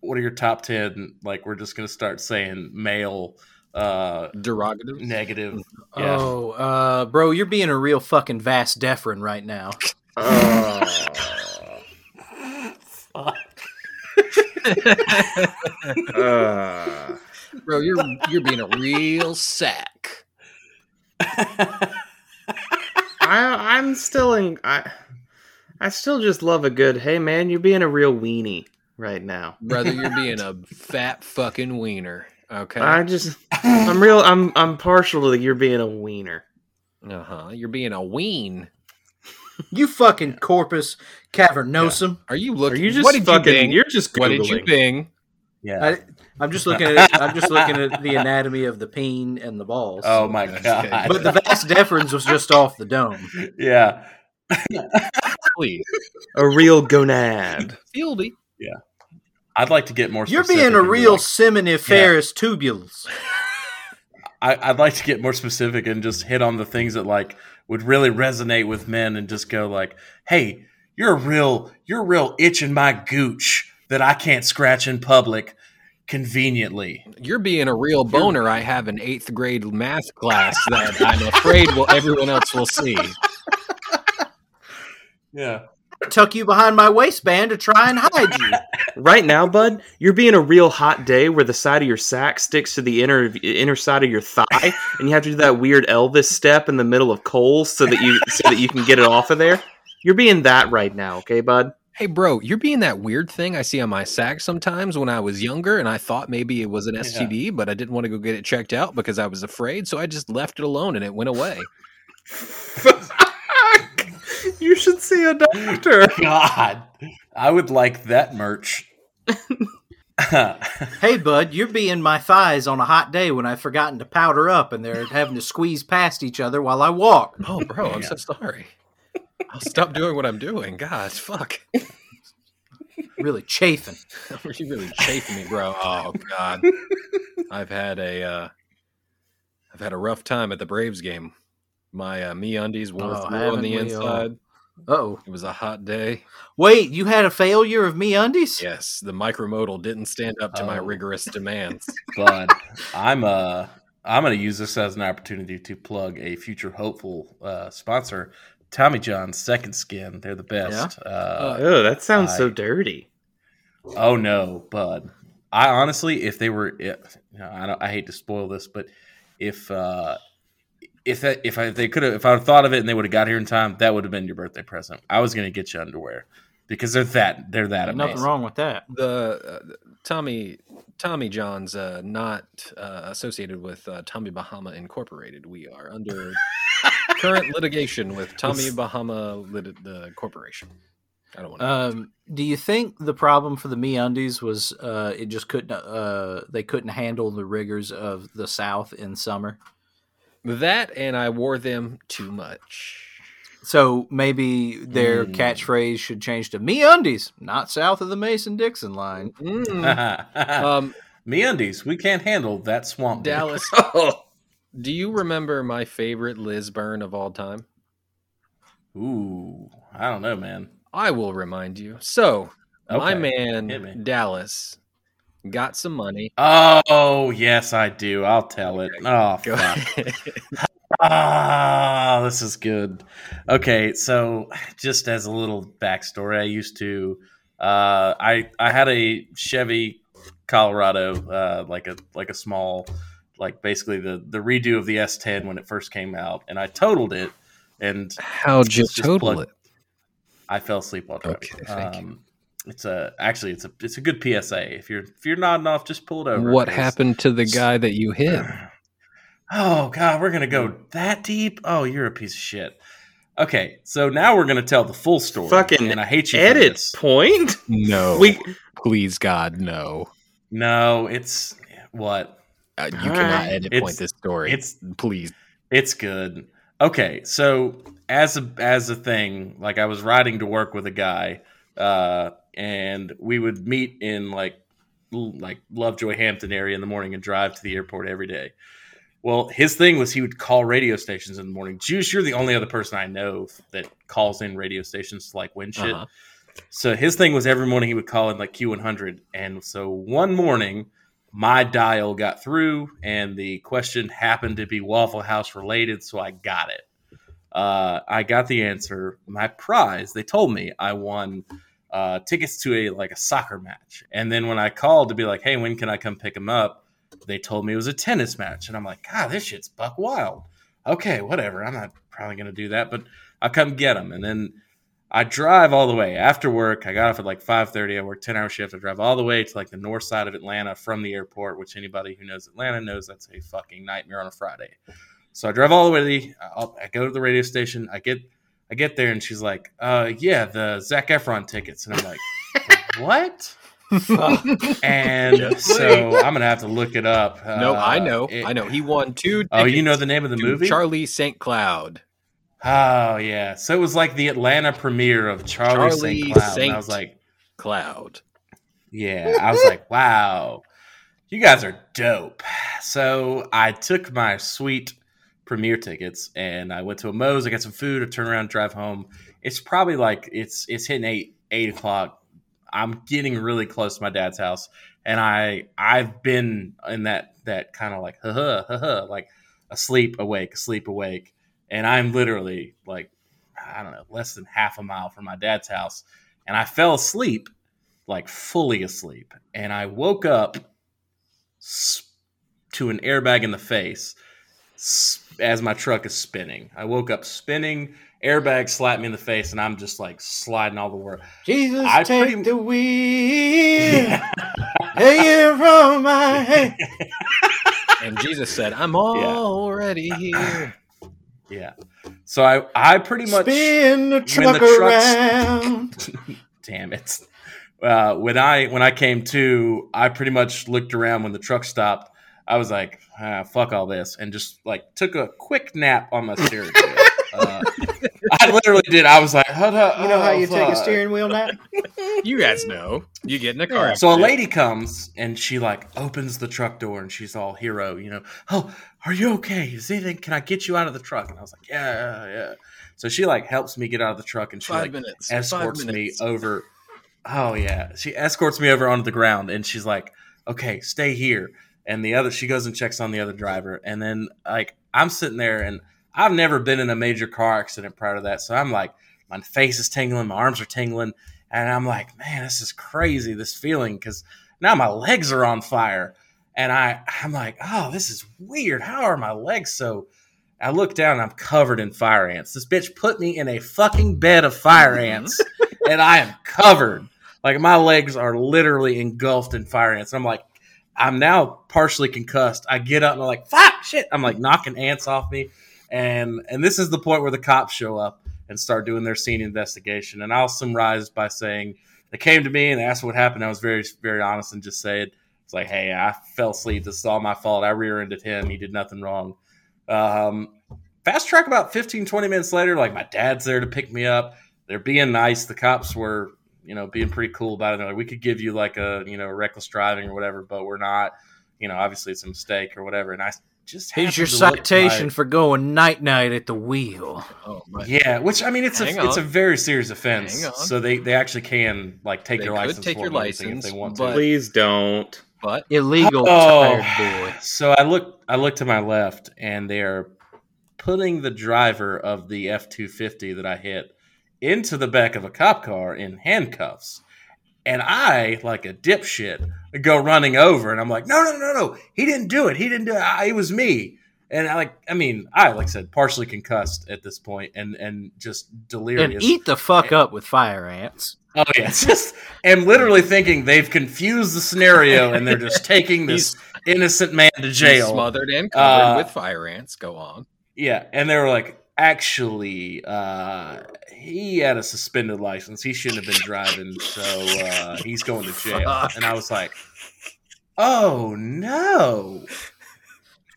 what are your top ten? Like we're just gonna start saying male uh, Derogative. negative. Yeah. Oh, uh, bro, you're being a real fucking vast deferent right now. Oh. Uh. Bro, you're you're being a real sack. I, I'm still in. I, I still just love a good. Hey, man, you're being a real weenie right now. Brother, you're being a fat fucking wiener. Okay. I just, I'm real. I'm, I'm partial to the you're being a wiener. Uh huh. You're being a ween. You fucking corpus cavernosum. Are you looking? Are you just what did fucking? you bing? are just googling. what did you bing? yeah. I, I'm just looking at it, I'm just looking at the anatomy of the peen and the balls. Oh my Okay. god. But the vast deferens was just off the dome. yeah. Please, A real gonad. Fieldy. I'd like to get more. You're specific being a and be real like, seminiferous tubules. I, I'd like to get more specific and just hit on the things that like would really resonate with men and just go like, "Hey, you're a real, you're a real itch in my gooch that I can't scratch in public conveniently." You're being a real boner. I have an eighth grade math class that I'm afraid will everyone else will see. Yeah, Tuck you behind my waistband to try and hide you. Right now, bud, you're being a real hot day where the side of your sack sticks to the inner inner side of your thigh, and you have to do that weird Elvis step in the middle of coals so that you so that you can get it off of there. You're being that right now, okay, bud? Hey, bro, you're being that weird thing I see on my sack sometimes when I was younger, and I thought maybe it was an STD, but I didn't want to go get it checked out because I was afraid, so I just left it alone and it went away. you should see a doctor. God, I would like that merch. Hey, bud, you're being my thighs on a hot day when I've forgotten to powder up and they're having to squeeze past each other while I walk. Oh, bro, I'm so sorry. I'll stop doing what I'm doing. God, fuck. Really chafing. you really chafing me, bro. Oh God, I've had a, uh, I've had a rough time at the Braves game. My uh, me undies wore Oh, through on haven't the we all? inside. Oh, It was a hot day. wait, you had a failure of me undies? Yes, the micromodal didn't stand up to my Oh. rigorous demands. but I'm uh I'm going to use this as an opportunity to plug a future hopeful uh, sponsor, Tommy John's Second Skin. They're the best. Uh, Oh, that sounds so dirty. oh no, bud. I honestly, if they were, if, you know, I don't, I hate to spoil this, but if uh, if that if I if they could have if I had thought of it and they would have got here in time, that would have been your birthday present. I was going to get you underwear because they're that they're that Nothing amazing. wrong with that. The uh, Tommy Tommy John's uh, not uh, associated with uh, Tommy Bahama Incorporated. We are under current litigation with Tommy Bahama Lit- the Corporation. I don't want to. Um, do you think the problem for the me undies was uh, it just couldn't, uh, they couldn't handle the rigors of the South in summer? That and I wore them too much. So maybe their Mm. catchphrase should change to me undies, not south of the Mason Dixon line. Mm. um, Me undies, we can't handle that swamp. dick. Dallas, Oh, do you remember my favorite Liz Byrne of all time? Ooh, I don't know, man. I will remind you. So, my Okay, hit me. man Dallas got some money. Oh yes, I do. I'll tell it. Oh, Go fuck. ah, this is good. Okay, so just as a little backstory, I used to, uh, I I had a Chevy Colorado, uh, like a like a small, like basically the the redo of the S10 when it first came out, and I totaled it, and How'd you Let's just total plug- it? I fell asleep while driving. Um, Okay, thank you. It's a actually it's a it's a good PSA. If you're if you're nodding off, just pull it over. What 'cause- happened to the guy that you hit? Oh God, we're gonna go that deep. Oh, you're a piece of shit. Okay, so now we're gonna tell the full story. Fucking and I hate you. for Edit this. point. No. We please, God, no. No, it's what Uh, you All cannot right. edit point It's- this story. it's please. It's good. Okay, so as a as a thing, like I was riding to work with a guy, uh, and we would meet in like l- like Lovejoy Hampton area in the morning and drive to the airport every day. Well, his thing was he would call radio stations in the morning. Juice, you're the only other person I know that calls in radio stations to like win shit. Uh-huh. So his thing was every morning he would call in like Q100. And so one morning, my dial got through, and the question happened to be Waffle House related. So I got it. Uh, I got the answer. My prize, they told me I won uh, tickets to a like a soccer match. And then when I called to be like, hey, when can I come pick him up? They told me it was a tennis match. And I'm like, God, this shit's buck wild. Okay, whatever. I'm not probably going to do that, but I'll come get him. And then I drive all the way after work. I got off at like five thirty. I work ten hour shift. I drive all the way to like the north side of Atlanta from the airport, which anybody who knows Atlanta knows that's a fucking nightmare on a Friday. So I drive all the way to the. uh, I'll, I go to the radio station. I get I get there and she's like, uh, "Yeah, the Zach Efron tickets," and I'm like, "What?" and so I'm gonna have to look it up. no, Uh, I know. it- I know. He won two. Oh, you know tickets the name of the to movie? Charlie St. Cloud. Oh yeah. So it was like the Atlanta premiere of Charlie, Charlie St. Cloud. And I Saint. was like. Cloud. Yeah, I was like, wow, you guys are dope. So I took my sweet premiere tickets and I went to a Moe's. I got some food. I turn around, drive home. It's probably like it's it's hitting eight eight o'clock. I'm getting really close to my dad's house, and I I've been in that that kind of like huh huh huh huh like asleep awake asleep awake, and I'm literally like I don't know less than half a mile from my dad's house, and I fell asleep like fully asleep and i woke up s- to an airbag in the face s- as my truck is spinning i woke up spinning airbag slapped me in the face and i'm just like sliding all the way Jesus, I take pretty- the wheel. Hey, you from my hand. And Jesus said, I'm already here. yeah so i i pretty much Spin the truck the trucks- around. damn it uh, when i when i came to i pretty much looked around when the truck stopped i was like ah, fuck all this and just like took a quick nap on my steering wheel uh, i literally did i was like "Hold up, You know how oh, you take a fuck." steering wheel now? You guys know. You get in a car. so a accident. lady comes and she like opens the truck door and she's all hero, you know. Oh, are you okay? Is anything? Can I get you out of the truck? And I was like, yeah, yeah. yeah." So she like helps me get out of the truck and she Five like minutes. five escorts me minutes. over. Oh yeah, she escorts me over onto the ground, and she's like, "Okay, stay here." And the other, she goes and checks on the other driver, and then like I'm sitting there, and I've never been in a major car accident prior to that, so I'm like, my face is tingling, my arms are tingling, and I'm like, man, this is crazy, this feeling, because now my legs are on fire, and I I'm like, oh, this is weird. How are my legs so? I look down and I'm covered in fire ants. This bitch put me in a fucking bed of fire ants and I am covered. Like my legs are literally engulfed in fire ants. And I'm like, I'm now partially concussed. I get up and I'm like, fuck shit. I'm like knocking ants off me. And and this is the point where the cops show up and start doing their scene investigation. And I'll summarize by saying they came to me and asked what happened. I was very, very honest and just said, it's like, hey, I fell asleep. This is all my fault. I rear ended him. He did nothing wrong. Um, fast track about 15, 20 minutes later, like my dad's there to pick me up. They're being nice. The cops were, you know, being pretty cool about it. They're like, we could give you like a, you know, reckless driving or whatever, but we're not, you know, obviously it's a mistake or whatever. And I just Here's happened your to look at citation my- for going night night at the wheel. Oh, my. yeah, which I mean, it's Hang a it's a on. very serious offense. Hang on. So they they actually can like take They your could license, take for your it and everything if license, they want but- to. Please don't. But Illegal Oh. tired boy. So I look I look to my left, and they are putting the driver of the F two fifty that I hit into the back of a cop car in handcuffs. And I, like a dipshit, go running over, and I'm like, no, no, no, no, he didn't do it. He didn't do it. I, it was me. And I like, I mean, I like I said, partially concussed at this point, and and just delirious. And eat the fuck up with fire ants. Oh yeah, it's just and literally thinking they've confused the scenario and they're just taking this innocent man to jail. smothered and covered Uh, with fire ants. Go on. Yeah, and they were like, actually, uh, he had a suspended license. He shouldn't have been driving, so uh, he's going to jail. Fuck. And I was like, oh no,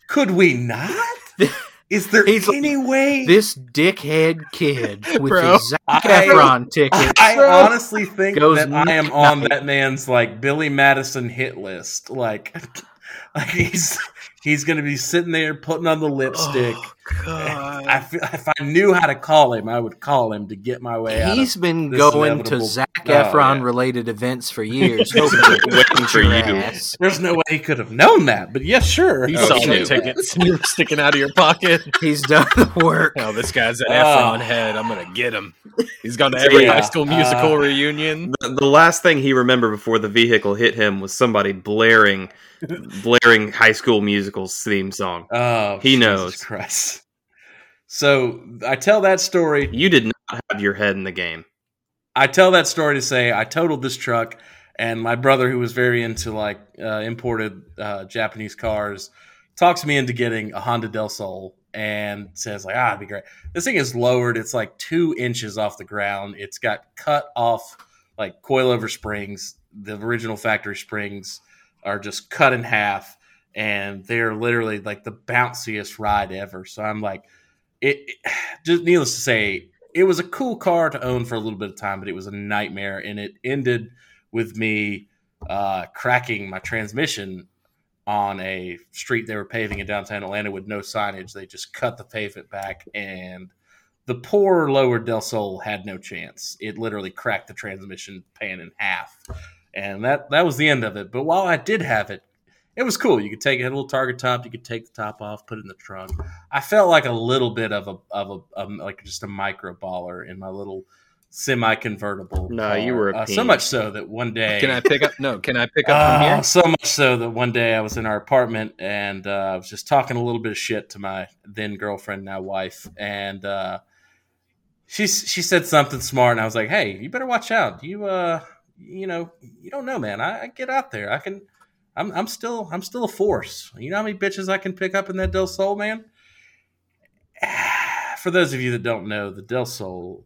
could we not? Is there He's like, any way? This dickhead kid with Bro. the Zac I- Efron ticket. I honestly think Goes that I am on night-night. that man's like Billy Madison hit list. Like, like he's he's gonna be sitting there putting on the lipstick. I feel, if I knew how to call him, I would call him to get my way out. He's been this is going to inevitable. Zac Oh, Efron yeah. related events for years, hoping to Waiting beat for your you. ass. of, there's no way he could have known that. But yeah, sure. He Oh, saw he the knew. tickets and you were sticking out of your pocket. He's done the work. Oh, this guy's an Oh. Efron head. I'm gonna get him. He's gone to every Yeah. high school musical Uh, reunion. The, the last thing he remembered before the vehicle hit him was somebody blaring, blaring High School Musical's theme song. Oh, He Jesus knows. Christ. So I tell that story You did not have your head in the game. I tell that story to say I totaled this truck, and my brother, who was very into like uh, imported uh, Japanese cars, talks me into getting a Honda Del Sol and says like, ah, it'd be great. This thing is lowered; it's like two inches off the ground. It's got cut off like coilover springs. The original factory springs are just cut in half, and they're literally like the bounciest ride ever. So I'm like, it. it just needless to say, it was a cool car to own for a little bit of time, but it was a nightmare, and it ended with me uh, cracking my transmission on a street they were paving in downtown Atlanta with no signage. They just cut the pavement back, and the poor lower Del Sol had no chance. It literally cracked the transmission pan in half, and that that was the end of it. But while I did have it, it was cool. You could take it had a little target top. You could take the top off, put it in the trunk. I felt like a little bit of a of a um, like just a micro baller in my little semi convertible. No, you were a so peen. much so that one day Can I pick up? No, can I pick up from Oh, here? So much so that one day I was in our apartment and uh, I was just talking a little bit of shit to my then girlfriend, now wife, and uh, she she said something smart, and I was like, "Hey, you better watch out. You uh, you know, you don't know, man. I, I get out there. I can. I'm I'm still I'm still a force. You know how many bitches I can pick up in that Del Sol, man. For those of you that don't know, the Del Sol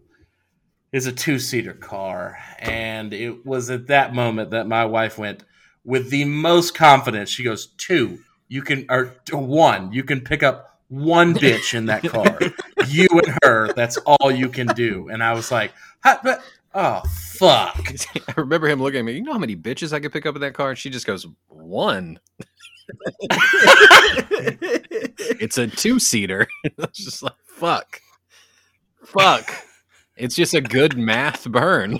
is a two seater car. And it was at that moment that my wife went with the most confidence. She goes, Two, you can, or one, you can pick up one bitch in that car. you and her, that's all you can do. And I was like, "Huh, but, Oh, fuck. I remember him looking at me. You know how many bitches I could pick up in that car? And she just goes, one. it's a two seater. It's just like, fuck. Fuck. It's just a good math burn.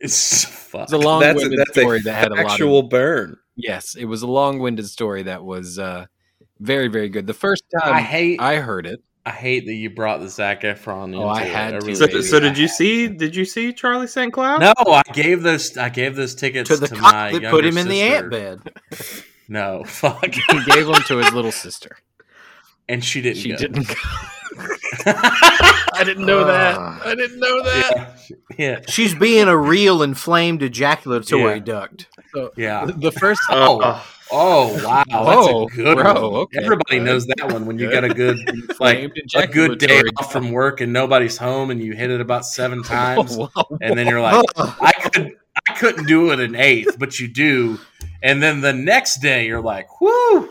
It's fuck. It's a long winded story that had a lot of. actual burn. Yes, it was a long winded story that was uh, very, very good. The first I time hate I heard it, I hate that you brought the Zac Efron. Oh, I into it. had to, So, Maybe. so did you see? Did you see Charlie St. Cloud? No, I gave those. I gave those tickets to to, the cock my that younger put him in the sister. ant bed. No, fuck. he gave them to his little sister. And she didn't. She go. didn't. I didn't know that. Uh, I didn't know that. yeah. yeah, She's being a real inflamed ejaculatory Yeah. duct. yeah. The first Oh, Oh. oh, wow. Whoa, That's a good bro, one. okay. Everybody knows that one when you got a good, like, named a good day ejaculatory- off from work and nobody's home and you hit it about seven times. Oh, wow. and then you're like, I could I couldn't do it an eighth, but you do. And then the next day you're like, whoo,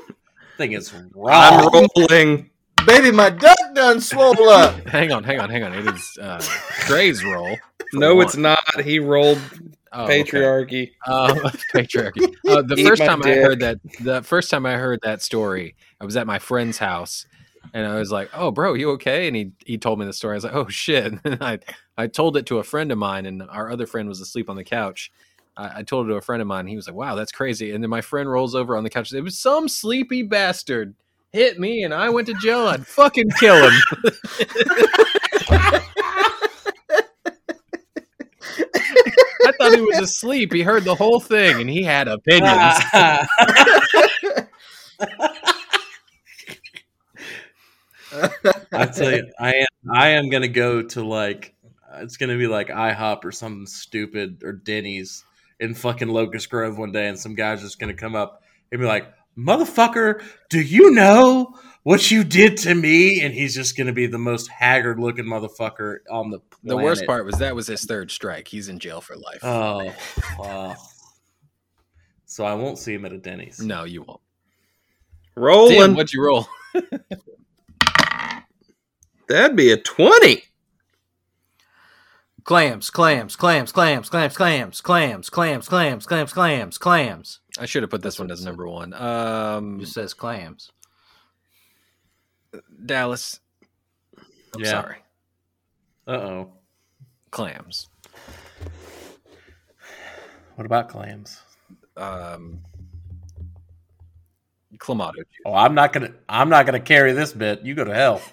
thing is I'm wrong. rolling. Baby, my duct done swole up. Hang on, hang on, hang on. It is uh, Gray's role. for No, one. it's not. He rolled Oh, okay. patriarchy. Uh, patriarchy. Uh, the Eat first my time I dick. heard that, the first time I heard that story, I was at my friend's house, and I was like, "Oh, bro, you okay?" And he he told me the story. I was like, "Oh shit!" And I I told it to a friend of mine, and our other friend was asleep on the couch. I, I told it to a friend of mine. And he was like, "Wow, that's crazy!" And then my friend rolls over on the couch. and says, It was some sleepy bastard hit me, and I went to jail. I'd fucking kill him. I thought he was asleep. He heard the whole thing, and he had opinions. Ah. I tell you, I am I am gonna go to like it's gonna be like IHOP or something stupid or Denny's in fucking Locust Grove one day, and some guy's just gonna come up and be like, "Motherfucker, do you know what you did to me?" And he's just gonna be the most haggard looking motherfucker on the The worst planet. part was that was his third strike. He's in jail for life. Oh, fuck. so I won't see him at a Denny's. no, you won't. Damn, Rolling. what'd you roll? That'd be a twenty. Clams, clams, clams, clams, clams, clams, clams, clams, clams, clams, clams, clams. I should have put this one as number one. Um, Just says clams. Dallas. I'm Yeah. sorry. Uh oh. Clams. What about clams? Um, Clamato. juice. Oh, I'm not gonna. I'm not gonna carry this bit. You go to hell.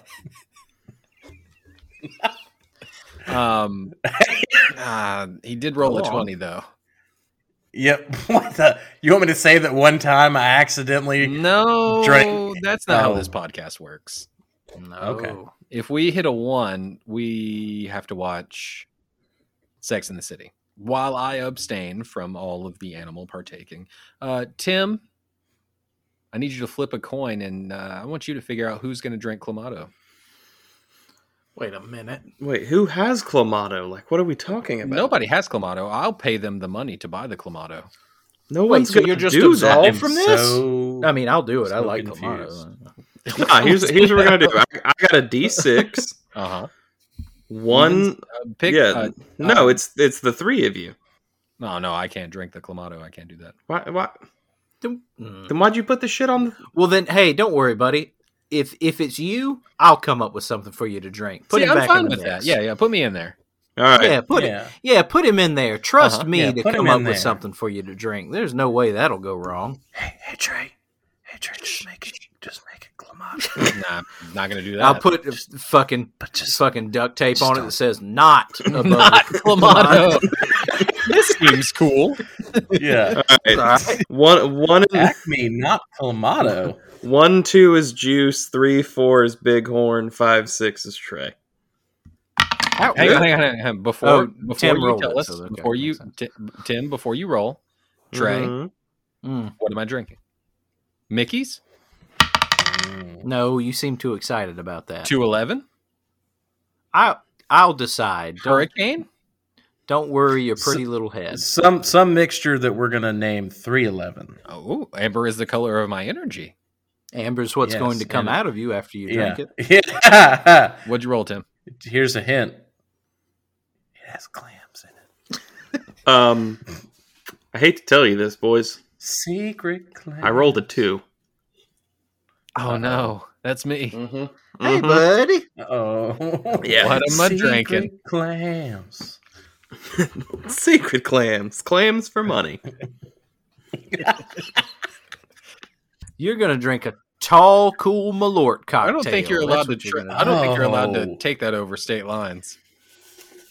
Um, uh, he did roll Go a on. 20, though. Yep. What the? You want me to say that one time I Mm-hmm. accidentally? No, Drink. that's not how Oh. this podcast works. No. Okay. If we hit a one, we have to watch Sex in the City while I abstain from all of the animal partaking. Uh, Tim, I need you to flip a coin and uh, I want you to figure out who's going to drink Clamato. Wait a minute. Wait, who has Clamato? Like, what are we talking about? Nobody has Clamato. I'll pay them the money to buy the Clamato. No Wait, one's so gonna you're just do absolved All that. from this? So, I mean, I'll do it. I So like confused. Clamato. Nah, here's here's what we're gonna do. I, I got a D six. Uh huh. One. Pick. yeah. uh, no, um, it's it's the three of you. No, no, I can't drink the clamato. I can't do that. Why, why, Then- mm. then why'd you put the shit on? The, Well, then, hey, don't worry, buddy. If if it's you, I'll come up with something for you to drink. Put See, him I'm back fine in the with mix. that. Yeah, yeah. Put me in there. all right. yeah, put it. yeah. Yeah, put him in there. Trust Uh-huh. me Yeah, to put him come up in with there. something for you to drink. There's no way that'll go wrong. Hey, hey, Trey. Hey, Trey, just make it, just make it Clamato. Nah, I'm not gonna do that. I'll put fucking But just, fucking duct tape Just on it don't. that says not above not clamato. this seems cool. Yeah. All right. One, one, and, Acme, not Clamato. one, two is juice. Three, four is bighorn. Five, six is Trey. Hang on, hang on, hang on. Before, Oh, before Tim you rolled tell it, us, so okay, before you, makes Ti- Tim, before you roll, Trey, Mhm. Mm. what am I drinking? Mickey's No, you seem too excited about that. two eleven I I'll decide. Don't, Hurricane. don't worry your pretty little head. Some some mixture that we're gonna name three eleven. Oh, amber is the color of my energy. Amber's what's Yes, going to come and- out of you after you Yeah. drink it. yeah. What'd you roll, Tim? Here's a hint. It has clams in it. Um, I hate to tell you this, boys. Secret clams. I rolled a 2 Oh no, that's me. Mm-hmm. Hey, buddy. Oh. Yeah. What am I Secret drinking? Clams. Secret clams, clams for money. You're going to drink a tall, cool Malort cocktail. I don't think you're That's allowed to. what you're Tra- gonna I do. don't think you're allowed to Oh. take that over state lines.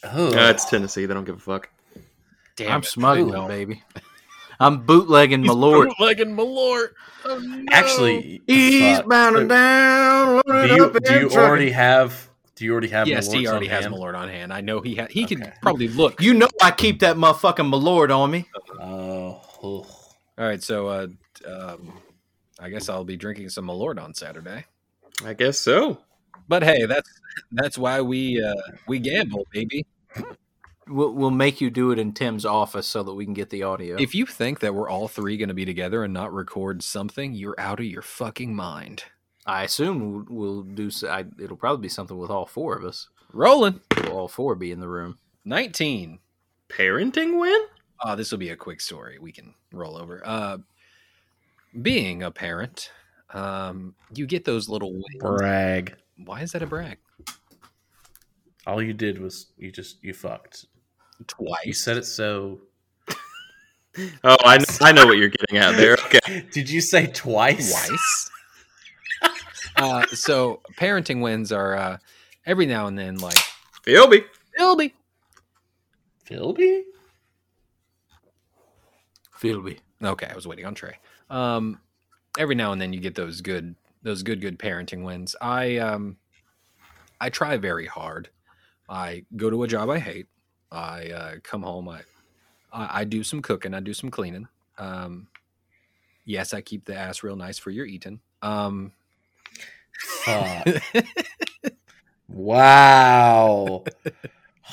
Oh, Uh, it's Tennessee. They don't give a fuck. Damn, I'm it. smuggling, Ooh. baby. I'm bootlegging Malort. Bootlegging Malort. Oh, no. actually. fuck. bound and down. Do you, do you already have? Do you already have? yes, he Malort's already on has hand? Malort on hand. I know he ha- he could Okay. probably look. You know I keep that motherfucking Malort on me. Oh, ugh. All right, so uh, um, I guess I'll be drinking some Malort on Saturday. I guess so. But hey, that's that's why we uh, we gamble, baby. We'll, we'll make you do it in Tim's office so that we can get the audio. If you think that we're all three going to be together and not record something, you're out of your fucking mind. I assume we'll, we'll do. s I it'll probably be something with all four of us. Rolling We'll all four be in the room. nineteen. Parenting win? Oh, this will be a quick story. We can roll over. Uh, being a parent, um, you get those little. wins. brag. Why is that a brag? All you did was you just you fucked. You Twice. said it so. Oh, I know, I know what you're getting at there. Okay. Did you say twice? Twice. uh, so parenting wins are uh, every now and then like Phoebe. Philby. Philby? Philby. Okay, I was waiting on Trey. Um, every now and then you get those good, those good, good parenting wins. I um, I try very hard. I go to a job I hate. I uh, come home. I, I I do some cooking. I do some cleaning. Um, yes, I keep the ass real nice for your eating. Um, Fuck. wow. I'm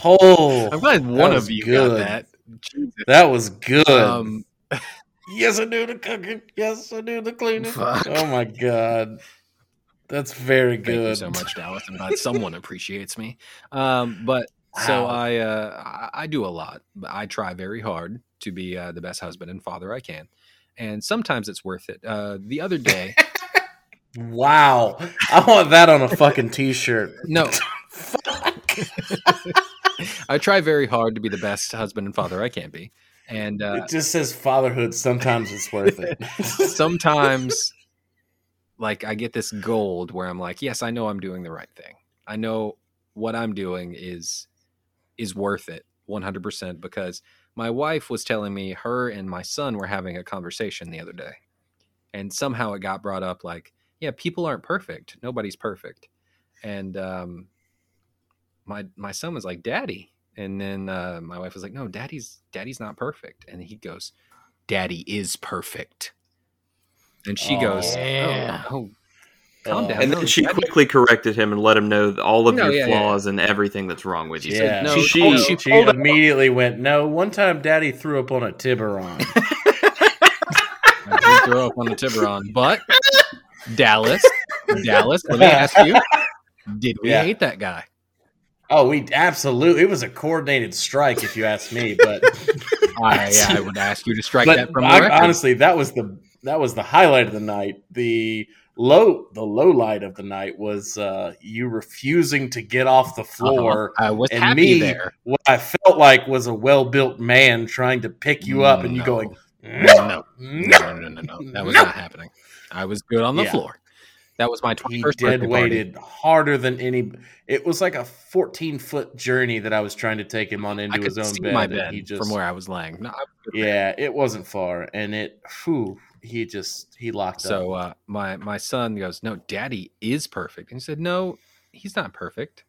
Oh, glad one of was you got good. that. Jesus. that was good. Um, yes, I do the cooking. Yes, I do the cleaning. Fuck. Oh my god, that's very Thank you good. so much, Dallas. I'm glad someone appreciates me. Um, but so Wow. I, uh, I I do a lot. But I try very hard to be uh, the best husband and father I can, and sometimes it's worth it. Uh, the other day, Wow, I want that on a fucking t-shirt. no, Fuck. I try very hard to be the best husband and father I can be, and uh, it just says fatherhood. Sometimes it's worth it. sometimes like I get this gold where I'm like, yes, I know I'm doing the right thing. I know what I'm doing is is worth it 100% because my wife was telling me her and my son were having a conversation the other day. And somehow it got brought up like, yeah, people aren't perfect. Nobody's perfect. And um my my son was like, "Daddy." And then uh, my wife was like, "No, daddy's daddy's not perfect." And he goes, "Daddy is perfect." And she Oh. goes, "Oh, Yeah. oh, calm Oh. down." And no, then she daddy- quickly corrected him and let him know all of No, your yeah, yeah. flaws and everything that's wrong with you. Yeah, no, she, she- she, she she pulled up- immediately went, No, one time daddy threw up on a Tiburon. I did throw up on the Tiburon, but Dallas, Dallas. Let me ask you: Did we Yeah. hate that guy? oh, we absolutely, it was a coordinated strike, if you ask me, but I, I would ask you to strike But that from the I- record. honestly, that was the that was the highlight of the night. The low the low light of the night was uh, you refusing to get off Uh-huh. the floor. I was and happy me- there. What I felt like was a well built man trying to pick you up, and you No. going no No. no. No, no, no, no, no. That was No. not happening. I was good on the Yeah. floor. That was my 21st He birthday dead party. weighted harder than any. It was like a fourteen foot journey that I was trying to take him on I into could his own see bed. my and bed he just, from where I was laying. No, I- Yeah, it wasn't far, and it. Whew, he just he locked up. so uh, my my son goes, "No, Daddy is perfect." And he said, "No, he's not perfect."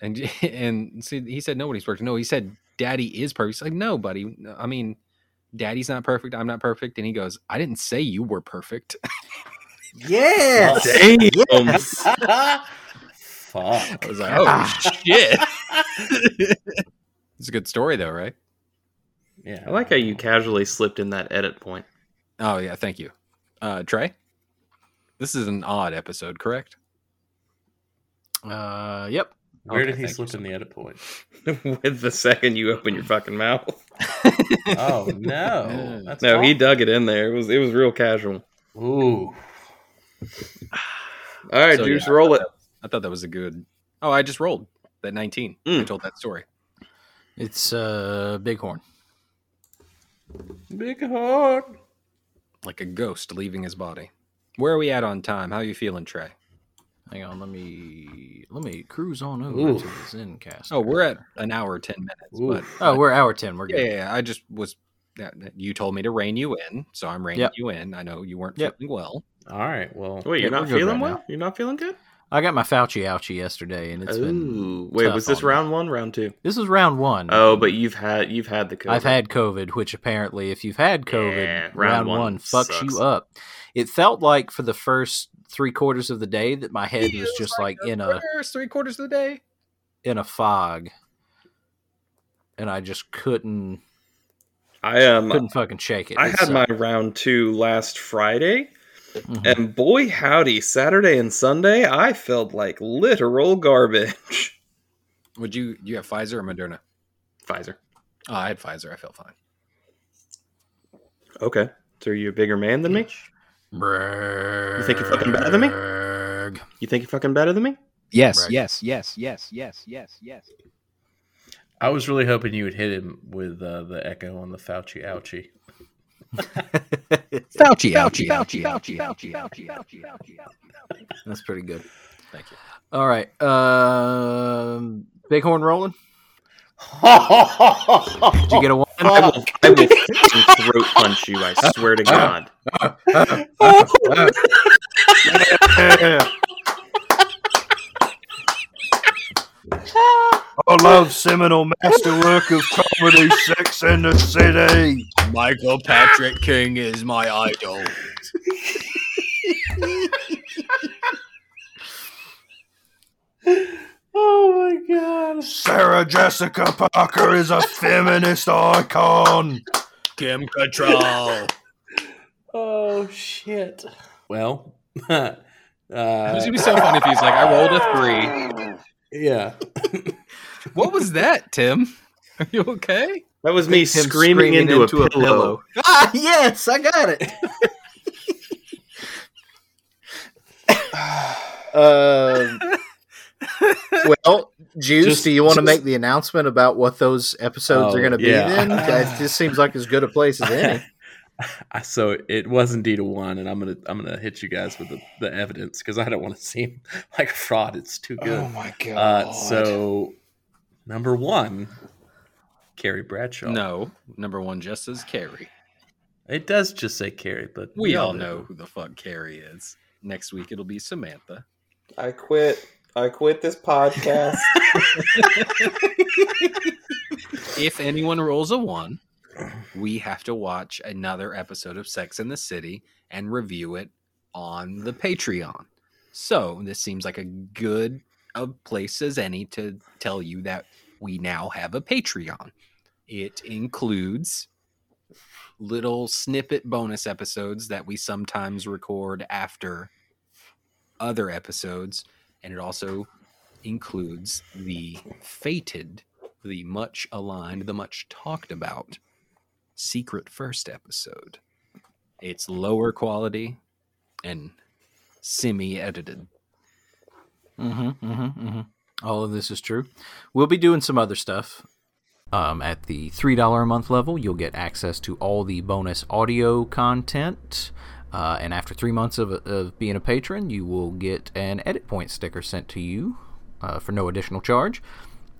And and see, he said, "Nobody's perfect." No, he said, "Daddy is perfect." He's like, "No, buddy. I mean, Daddy's not perfect. I'm not perfect." And he goes, "I didn't say you were perfect." Yes. Damn. Yes. Fuck. I was like, "Oh shit!" It's a good story though, right? yeah, I like how you casually slipped in that edit point. Oh yeah, thank you, uh, Trey. This is an odd episode, correct? Uh, yep. Where Okay, did he thank you slip so in the edit point? With the second you open your fucking mouth. Oh no, that's No, he awful. dug it in there. It was it was real casual. Ooh, All right, So, Juice, yeah, roll it. I thought that was a good. Oh, I just rolled that 19. I Mm. told that story. It's uh Bighorn. big heart. like a ghost leaving his body. Where are we at on time? How you feeling, Trey? Hang on, let me let me cruise on over Ooh. to the Zencast. Oh, we're at an hour ten minutes. Ooh. But Oh, we're hour ten. We're yeah, good. yeah, yeah, I just was. yeah, You told me to rein you in, so I'm reining Yep. you in. I know you weren't Yep. feeling well. All right, well, Wait, you're Yeah, we're not good feeling right well? now. You're not feeling good? I got my Fauci ouchie yesterday, and it's been Ooh. Wait, tough was this on me. round one, round two? this is round one. Oh, but you've had you've had the COVID. I've had COVID, which apparently, if you've had COVID, Yeah, round round, one, one fucks sucks. you up. It felt like for the first three quarters of the day that my head was just like in a first three quarters of the day. in a fog, and I just couldn't I um couldn't fucking shake it. I It had my sucked. round two last Friday, Mhm. and boy howdy, Saturday and Sunday, I felt like literal garbage. Would you? You have Pfizer or Moderna? Pfizer. Oh, I had Pfizer. I felt fine. Okay. So are you a bigger man than me? Brrrg. You think you're fucking better than me? You think you're fucking better than me? Yes, Right. yes, yes, yes, yes, yes, yes. I was really hoping you would hit him with uh, the echo on the Fauci ouchie. Fauci, Fauci, Fauci, Fauci, Fauci, Fauci, Fauci, Fauci. That's pretty good. Thank you. All right, um, Bighorn rolling. Did you get a one? I will, I will fucking throat punch you, I swear to God. I love seminal masterwork of comedy, Sex and the City. Michael Patrick King is my idol. Oh my god! Sarah Jessica Parker is a feminist icon. Kim Cattrall. Oh shit! Well, uh, It's gonna be so funny if he's like, I rolled a three. yeah. What was that, Tim? Are you okay? That was me Him screaming, into, a, pillow. Ah, yes, I got it. Um well, Juice, Just- do you want to just- make the announcement about what those episodes Oh, are going to be? yeah. Then that just seems like as good a place as any. I- so it was indeed a one, and I'm gonna I'm gonna hit you guys with the, the evidence because I don't want to seem like a fraud. It's too good. Oh my god! Uh, so number one, Carrie Bradshaw. No, number one just says Carrie. it does just say Carrie, but We all know who the fuck Carrie is. Next week it'll be Samantha. I quit. I quit this podcast. If anyone rolls a one, we have to watch another episode of Sex in the City and review it on the Patreon. So this seems like a good a place as any to tell you that we now have a Patreon. It includes little snippet bonus episodes that we sometimes record after other episodes, and it also includes the fated, the much aligned, the much talked about secret first episode. It's lower quality and semi edited. Mm-hmm, mm-hmm, mm-hmm. All of this is true. We'll be doing some other stuff. Um, at the $3 a month level, you'll get access to all the bonus audio content. Uh, and after three months of, of being a patron, you will get an edit point sticker sent to you uh, for no additional charge.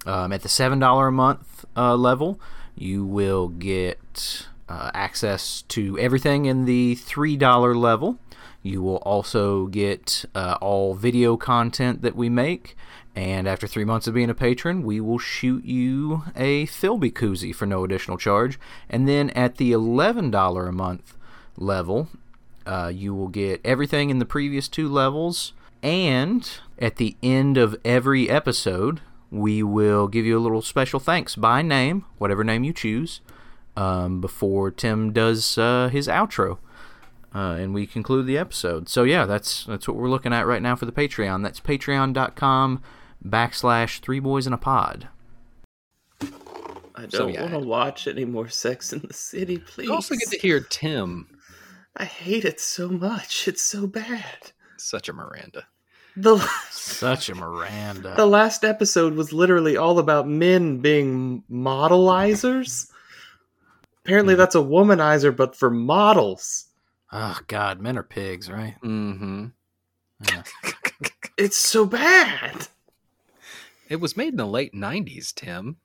Um, at the $7 a month uh, level, you will get uh, access to everything in the $3 level. You will also get uh, all video content that we make. And after three months of being a patron, we will shoot you a Philby koozie for no additional charge. And then at the $11 a month level, uh, you will get everything in the previous two levels. And at the end of every episode, we will give you a little special thanks by name, whatever name you choose, um, before Tim does uh, his outro. Uh, and we conclude the episode. So yeah, that's that's what we're looking at right now for the Patreon. That's patreon.com backslash three boys in a pod. I don't So, yeah. want to watch any more Sex in the City, please. You also get to hear Tim, I hate it so much. It's so bad. such a Miranda. The Such a the Miranda. last episode was literally all about men being modelizers. Apparently, that's a womanizer, but for models. Oh God, men are pigs, right? Mm-hmm. It's so bad. It was made in the late '90s, Tim.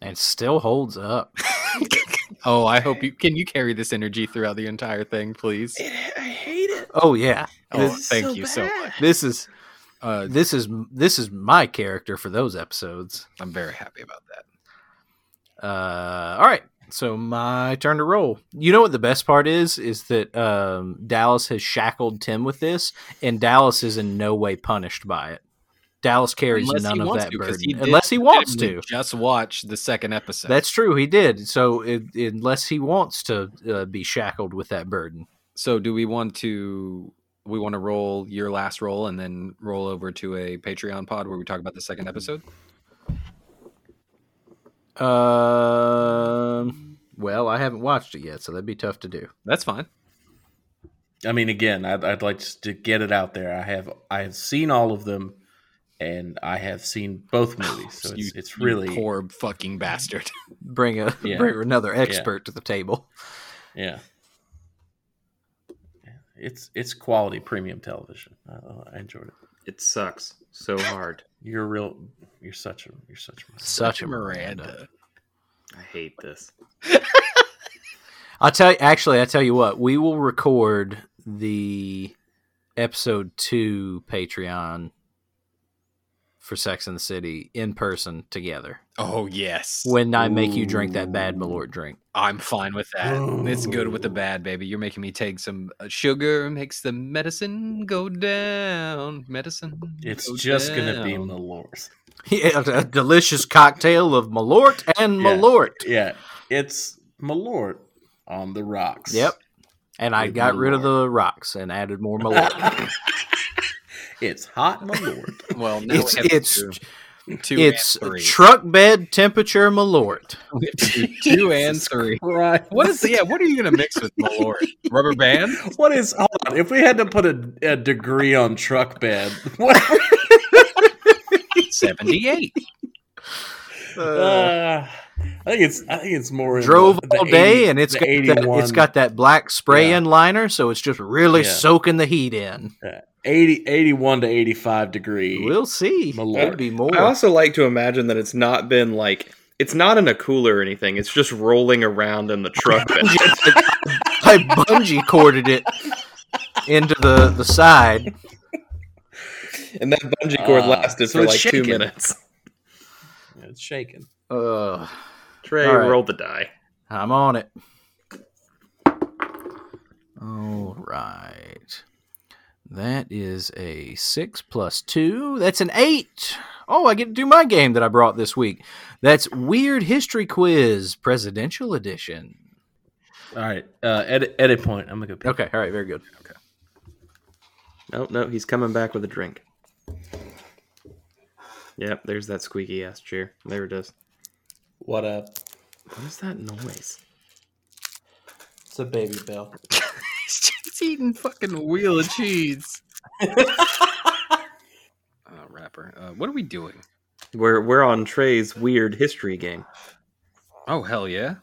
And still holds up. oh, I hope you can you carry this energy throughout the entire thing, please. It, I hate it. Oh yeah, Oh, It's thank you so bad. much. this is Uh, this is this is my character for those episodes. I'm very happy about that. Uh, all right. So my turn to roll. You know what the best part is is that um, Dallas has shackled Tim with this, and Dallas is in no way punished by it. Dallas carries none of that 'cause burden did unless he wants legitimately to. Just watch the second episode. That's true. He did. So it, unless he wants to uh, be shackled with that burden, so. Do we want to? We want to roll your last roll and then roll over to a Patreon pod where we talk about the second episode. um, well, I haven't watched it yet, so that'd be tough to do. That's fine. I mean, again, I'd, I'd like to get it out there. I have I have seen all of them, and I have seen both movies, so You- it's, it's you really poor fucking bastard. Bring a Yeah. bring another expert to the table. yeah. It's it's quality premium television. I, I enjoyed it. It sucks so hard. You're a real. You're such a. You're such a. Such a Miranda. I hate this. I'll tell you, actually, I tell you what, we will record the episode two Patreon for Sex in the City in person together Oh yes. when I make you drink that bad Malort drink. I'm fine with that. It's good with the Oh. bad, baby. You're making me take some uh, sugar, makes the medicine go down. Medicine. It's go just gonna be down. Malort. Yeah, a delicious cocktail of Malort and Yeah. Malort. Yeah, it's Malort on the rocks. Yep. And I With got rid of Malort. the rocks and added more Malort. It's hot Malort. Well, now it's we have it's two, two it's and three. truck bed temperature Malort. We have to do two and three. right. What is yeah? What are you gonna mix with Malort? Rubber band? What is hold on? If we had to put a, a degree on truck bed, what? Seventy-eight. Uh, I think it's I think it's more in drove the- the all day 80 and it's the got that, 81 it's got that black spray Yeah. in liner so it's just really Yeah. soaking the heat in 80, 81 to eighty five degree. we'll see My lord. could be more I also like to imagine that it's not been like it's not in a cooler or anything. It's just rolling around in the truck. bed. i bungee corded it into the the side and that bungee cord Ah, lasted so for it's like two shaking. minutes. it's shaking. Ugh, Trey, All right. roll the die. i'm on it all right that is a six plus two that's an eight Oh, I get to do my game that I brought this week. That's Weird History Quiz Presidential Edition. All right, uh, edit edit point. I'm gonna go. Pee. Okay, all right, very good. No, no, he's coming back with a drink. Yep, there's that squeaky ass chair. There it is. What up? What is that noise? It's a baby bell. He's just eating fucking wheel of cheese. Uh, rapper, uh, what are we doing? We're we're on Trey's weird history game. Oh hell yeah!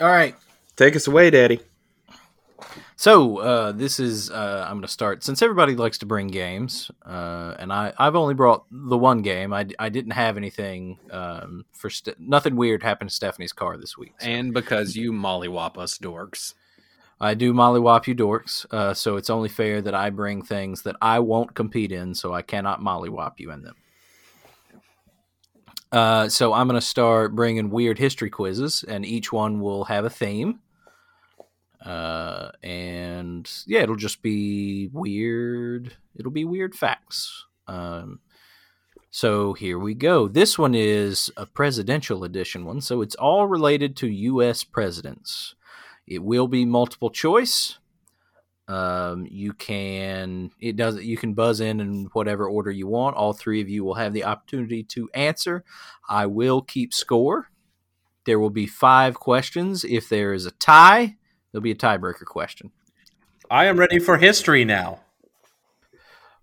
All right. Take us away, Daddy. So uh, this is uh, I'm going to start since everybody likes to bring games, uh, and I I've only brought the one game. I, I didn't have anything um, for Ste nothing weird happened to Stephanie's car this week. so And because you mollywop us dorks, I do mollywop you dorks, uh, so it's only fair that I bring things that I won't compete in, so I cannot mollywop you in them. Uh, so I'm going to start bringing weird history quizzes, and each one will have a theme. Uh, and yeah, it'll just be weird. It'll be weird facts. Um, so here we go. This one is a presidential edition one, so it's all related to U.S. presidents. It will be multiple choice. Um, you can it does you can buzz in in whatever order you want. All three of you will have the opportunity to answer. I will keep score. There will be five questions. If there is a tie, there'll be a tiebreaker question. I am ready for history now.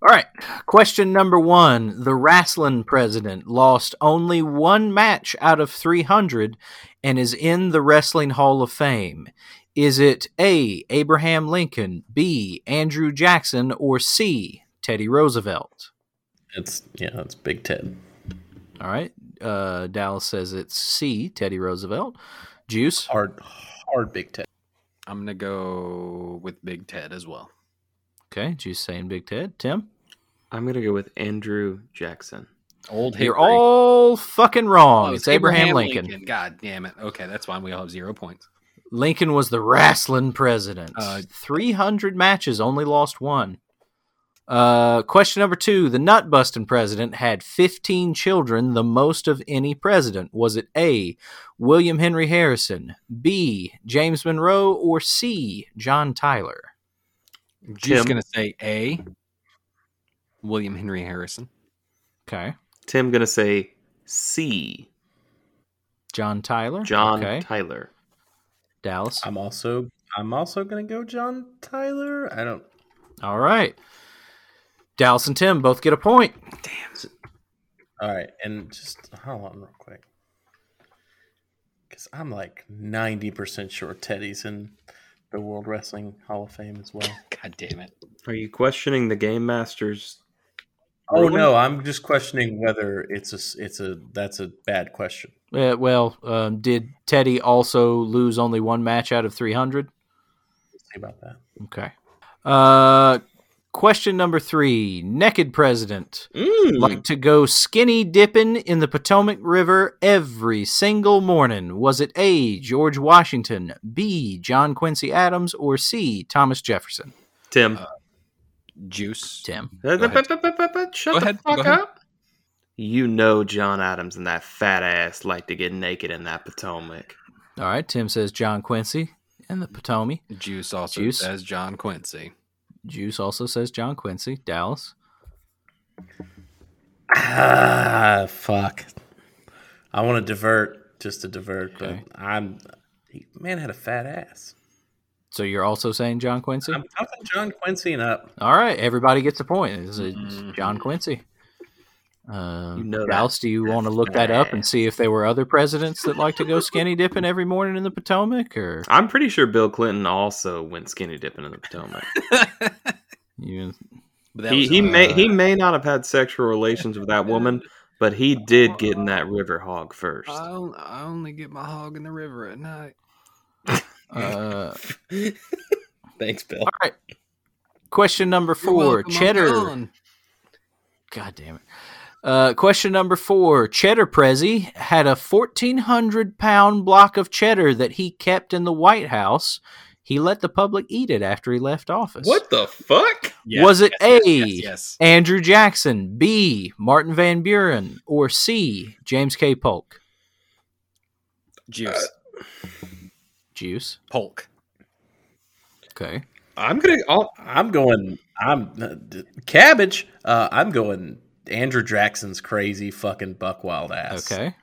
All right. Question number one The wrestling president lost only one match out of 300 and is in the Wrestling Hall of Fame. Is it A. Abraham Lincoln, B. Andrew Jackson, or C. Teddy Roosevelt? It's yeah, it's Big Ted. All right. Uh, Dallas says it's C. Teddy Roosevelt. Juice. Hard, hard Big Ted. I'm gonna go with Big Ted as well. Okay. Juice saying Big Ted. Tim? I'm gonna go with Andrew Jackson. Old You're Hickory. all fucking wrong. Oh, it's Abraham, Lincoln. Lincoln. God damn it. Okay, that's fine. We all have zero points. was the wrestling president. Uh, 300 matches, only lost one. Uh, question number two. The nut busting president had 15 children, the most of any president. Was it A, William Henry Harrison, B, James Monroe, or C, John Tyler? I'm Tim. just gonna say A. William Henry Harrison. Okay. Tim gonna say C. John Tyler? John Okay. Tyler. Dallas. I'm also I'm also gonna go John Tyler. I don't All right. Dallas and Tim both get a point. all right, and just hold on real quick. Cause I'm like ninety percent sure Teddy's in the World Wrestling Hall of Fame as well. God damn it. Are you questioning the game master's? Oh ruling? no, I'm just questioning whether it's a s- it's a that's a bad question. Uh, well, um, did Teddy also lose only one match out of 300? Let's see about that. Okay. Uh, question number three Naked president. Mm. Like to go skinny dipping in the Potomac River every single morning. Was it A. George Washington, B. John Quincy Adams, or C. Thomas Jefferson? Tim. Juice. Tim. Uh, uh, go ahead. but- but- but- but Shut Go the ahead, fuck go ahead. up. You know John Adams and that fat ass like to get naked in that Potomac. All right. Tim says John Quincy and the Potomac. Juice also Juice. says John Quincy. Juice also says John Quincy. Dallas. Ah, fuck. I want to divert just to divert, Okay. but I'm he- man had a fat ass. So you're also saying John Quincy? I'm toughing John Quincy and up. All right, everybody gets a point. It's, it's Mm-hmm. John Quincy. Uh, You know that. Dallas, do you want to look that up and see if there were other presidents that like to go skinny dipping every morning in the Potomac, or I'm pretty sure Bill Clinton also went skinny dipping in the Potomac. you? But that he was he on- may he may not have had sexual relations with that woman, but he did get in that river hog first. I on- I only get my hog in the river at night. Uh, Thanks, Bill. question number You're four: welcome, I'm Cheddar. gone. God damn it. Uh, question number four. Cheddar Prezi had a 1,400 pound block of cheddar that he kept in the White House. He let the public eat it after he left office. the fuck? Yes, Was it yes, A? Yes, yes, yes. Andrew Jackson, B. Martin Van Buren, or C. James K. Polk? Juice. Juice. Polk. Okay. I'm gonna. I'll, I'm going. I'm uh, d- cabbage. Uh, I'm going. Andrew Jackson's crazy fucking buck wild ass. Okay.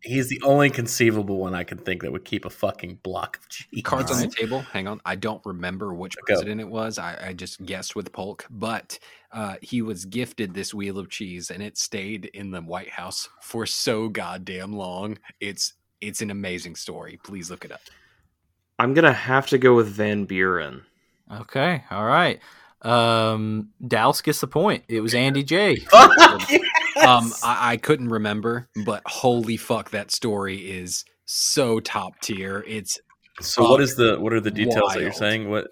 He's the only conceivable one I can think that would keep a fucking block of cheese. Cards on the table. Hang on. I don't remember which Go. president it was. I, I just guessed with Polk, but uh, he was gifted this wheel of cheese and it stayed in the White House for so goddamn long. It's it's an amazing story. Please look it up. I'm gonna have to go with Van Buren. Okay, all right. Um, Dallas gets the point. It was Andy J. Fuck yes! Um, I, I couldn't remember, but holy fuck, that story is so top tier. It's so what is the what are the details that you're Wild. saying? What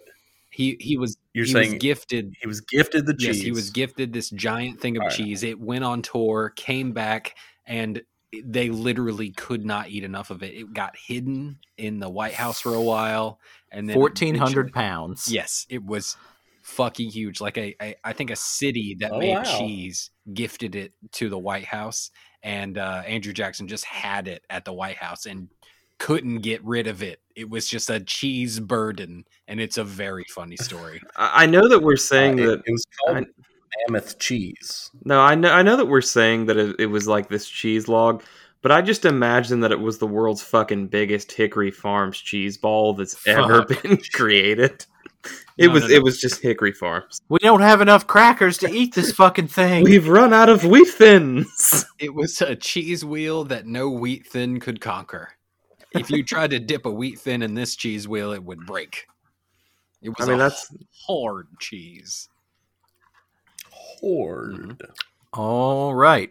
he he was You're he saying- was gifted he was gifted the cheese. Yes, he was gifted this giant thing of All right. cheese. It went on tour, came back, and they literally could not eat enough of it. It got hidden in the White House for a while, and then Fourteen hundred eventually- pounds. Yes, it was fucking huge. Like a, a I think a city that Oh, made wow. cheese gifted it to the White House, and uh, Andrew Jackson just had it at the White House and couldn't get rid of it. It was just a cheese burden, and it's a very funny story. I, I know that we're saying Uh, it, that. it was called I- mammoth cheese. No, I know. I know that we're saying that it, it was like this cheese log, but I just imagine that it was the world's fucking biggest Hickory Farms cheese ball that's ever been created. It No, was. no, no. It was just Hickory Farms. We don't have enough crackers to eat this fucking thing. We've run out of wheat thins. It was a cheese wheel that no wheat thin could conquer. If you tried to dip a wheat thin in this cheese wheel, it would break. It I was mean, a that's hard cheese. Mm-hmm. Horde. All right.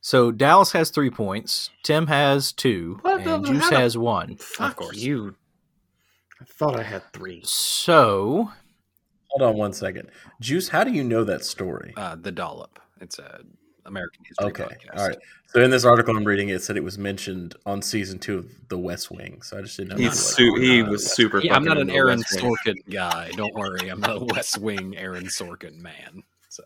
So Dallas has three points. Tim has two, What the- and Juice how the- has one. fuck course. you. I thought I had three. So Hold on one second. Juice, how do you know that story? Uh, the dollop. It's a American history Okay, podcast. all right. So in this article I'm reading, it said it was mentioned on season two of The West Wing. So I just didn't know. He's that. su- he was super. Yeah, I'm fucking not an into Aaron West Wing. Sorkin guy. Don't worry, I'm a West Wing Aaron Sorkin man. So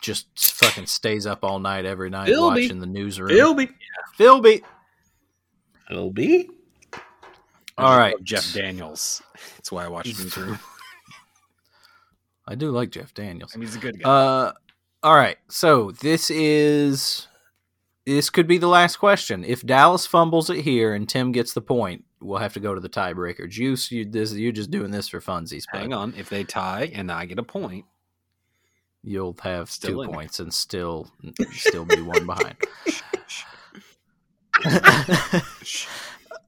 just fucking stays up all night every night Philby. watching the newsroom. Philby. Philby. It'll be. I All just right. love Jeff Daniels. That's why I watch him through. I do like Jeff Daniels. And he's a good guy. Uh, all right. So this is this could be the last question. If Dallas fumbles it here and Tim gets the point, we'll have to go to the tiebreaker. Juice, you this you're just doing this for funsies. bud. Hang on. If they tie and I get a point, You'll have Still two in it. points and still still be one behind.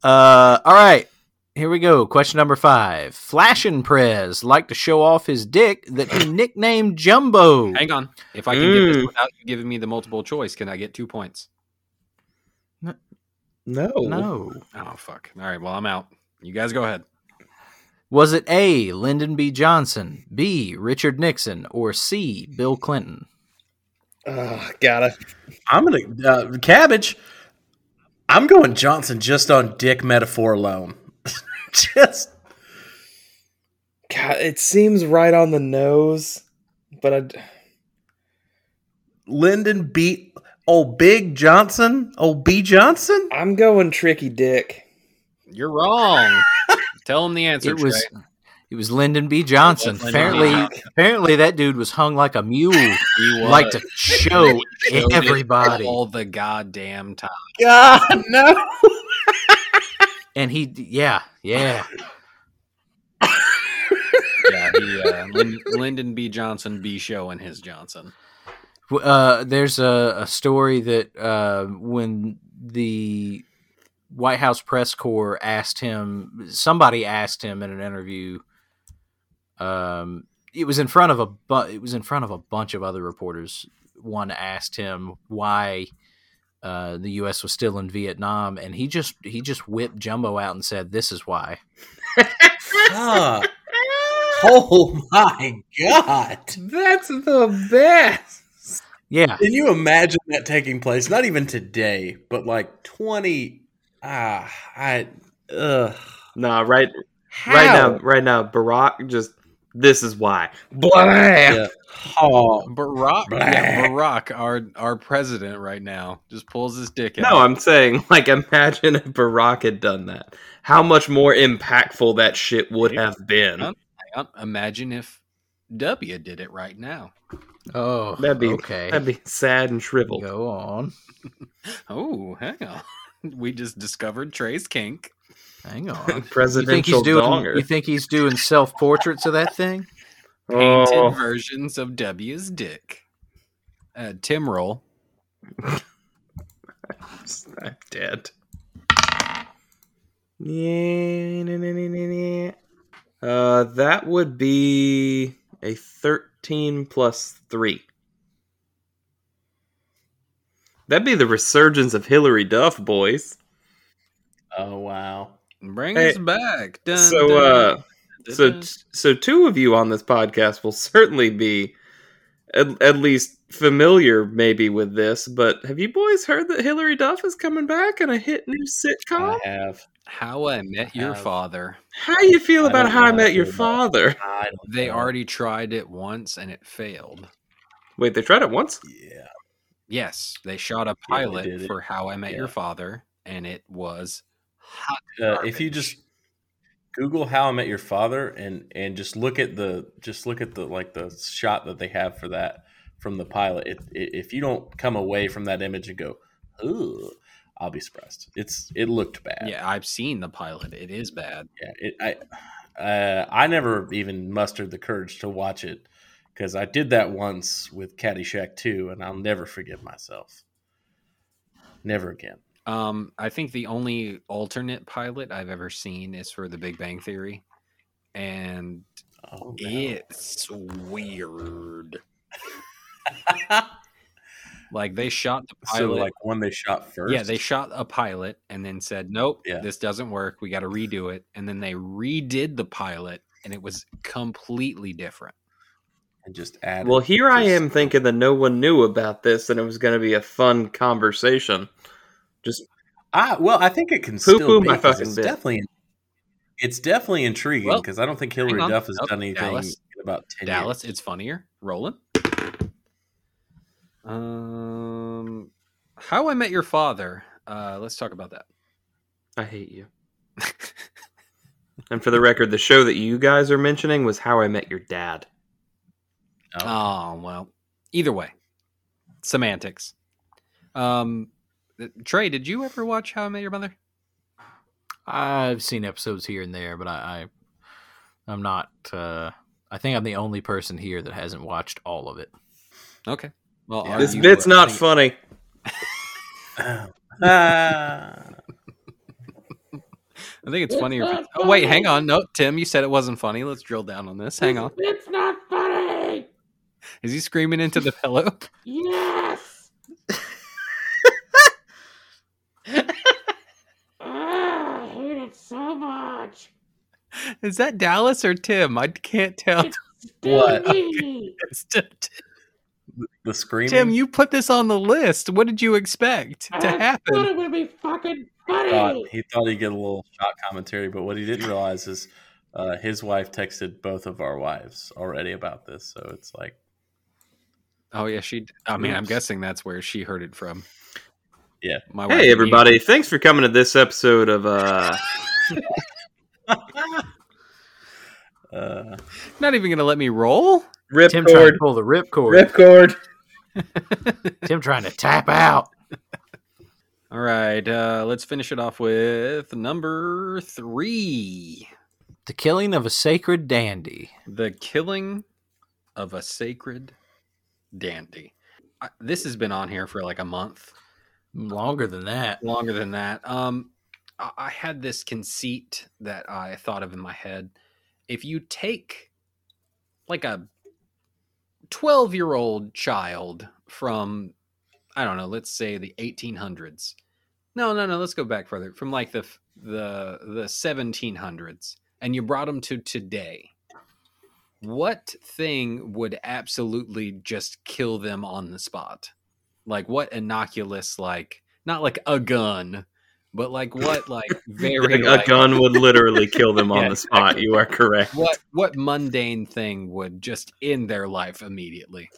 uh, all right. Here we go. Question number five. Flashin' Prez liked to show off his dick that he nicknamed Jumbo. Hang on. If I can get Mm. this without you giving me the multiple choice, can I get two points? No. No. Oh fuck. All right, well I'm out. You guys go ahead. Was it A. Lyndon B. Johnson, B. Richard Nixon, or C. Bill Clinton? Ugh, gotta. I'm gonna uh, cabbage. I'm going Johnson just on dick metaphor alone. just God, it seems right on the nose, but I. d- Lyndon beat old Big Johnson. Old B Johnson. I'm going tricky dick. You're wrong. Tell him the answer. It was it was Lyndon B. Johnson. Lyndon B. apparently, apparently that dude was hung like a mule. Like to show Showed it everybody, all the goddamn time. God no. and he, yeah, yeah. Yeah, he, uh, Lyn- Lyndon B. Johnson be showing his Johnson. W- Uh, there's a, a story that uh, when the White House press corps asked him, somebody asked him in an interview. Um, it was in front of a bu- it was in front of a bunch of other reporters. One asked him why uh, the U.S. was still in Vietnam, and he just he just whipped Jumbo out and said, "This is why." Oh my God. That's the best. Yeah, Can you imagine that taking place? Not even today, but like twenty. Ah, I. Ugh. Nah, right, How? right now, right now, Barack just. This is why. Yeah. Oh, Barack, Blah. yeah, Barack, our our president right now, just pulls his dick out. No, I'm saying, like, imagine if Barack had done that. How much more impactful that shit would have been. Hang on. Imagine if W did it right now. Oh, That'd be- okay. That'd be sad and shriveled. Go on. Oh, hang on. We just discovered Trey's kink. Hang on. You Presidential think he's doing? donger. You think he's doing self portraits of that thing? Painted Oh. versions of W's dick. Uh, Tim roll. I'm dead. Yeah, nah, nah, nah, nah, nah. Uh, that would be a 13 plus 3. That'd be the resurgence of Hillary Duff, boys. Oh wow. Bring Hey, us back. Dun, So, dun, uh, dun, so, dun. so two of you on this podcast will certainly be at, at least familiar, maybe, with this. But have you boys heard that Hillary Duff is coming back in a hit new sitcom? I have. how I met your have- father. How you feel I about don't How I know Met Your about that. Father? I don't They know. already tried it once and it failed. Wait, they tried it once. Yeah. Yes, they shot a Yeah, they pilot did it. for How I Met Yeah. Your Father, and it was hot. Uh, if you just Google "How I Met Your Father" and and just look at the just look at the like the shot that they have for that from the pilot, it, it, if you don't come away from that image and go, "Ooh," I'll be surprised. It's it looked bad. Yeah, I've seen the pilot. It is bad. Yeah, it, I uh, I never even mustered the courage to watch it because I did that once with Caddyshack two, and I'll never forgive myself. Never again. Um, I think the only alternate pilot I've ever seen is for The Big Bang Theory, and Oh, no. it's weird. Like they shot the so pilot. like one they shot first. yeah, they shot a pilot and then said, "Nope, Yeah. this doesn't work. We got to redo it." And then they redid the pilot, and it was completely different. and just added. Well, here I just- am thinking that no one knew about this and it was going to be a fun conversation. Just I well, I think it can Poo-poo still be my 'cause fucking it's bit. definitely it's definitely intriguing Well, because I don't think Hillary hang on. Duff has Oh, done anything Dallas. in about ten Dallas, years. it's funnier. Roland. Um, How I Met Your Father. Uh, let's talk about that. I hate you. and for the record, the show that you guys are mentioning was How I Met Your Dad. Oh well. Either way, semantics. Um, th- Trey, did you ever watch How I Met Your Mother? I've seen episodes here and there, but I, I I'm not. Uh, I think I'm the only person here that hasn't watched all of it. Okay. Well, Yeah. are This Oh, you- bit's not I think- funny. Ah. I think it's funnier. if- Oh, wait, hang on. No, Tim, you said it wasn't funny. Let's drill down on this. Hang on. It's not funny. Is he screaming into the pillow? Yes. Ah, I hate it so much. Is that Dallas or Tim? I can't tell. Still What? me. It's Tim. the screaming. Tim, you put this on the list. What did you expect to I thought happen? it would be fucking thought, funny. he thought he'd get a little shot commentary, but what he didn't realize is uh, his wife texted both of our wives already about this. So it's like, Oh yeah, she. I mean, I'm Oops. guessing that's where she heard it from. Yeah. My wife Hey, and everybody. Thanks for coming to this episode of. uh uh, you. Not even gonna let me roll. Tim trying Ripcord. to pull the ripcord. Ripcord. Tim trying to tap out. All right, uh, let's finish it off with number three: The killing of a sacred dandy. the killing of a sacred dandy. I, this has been on here for like a month. Longer than that. longer than that. Um, I, I had this conceit that I thought of in my head. If you take like a 12 year old child from, I don't know, let's say the 1800s. No, no, no. Let's go back further. From like the f- the the 1700s, and you brought them to today. What thing would absolutely just kill them on the spot? Like what innocuous, like not like a gun, but like what, like very a like, gun would literally kill them on Yeah, the spot. You are correct. What what mundane thing would just end their life immediately?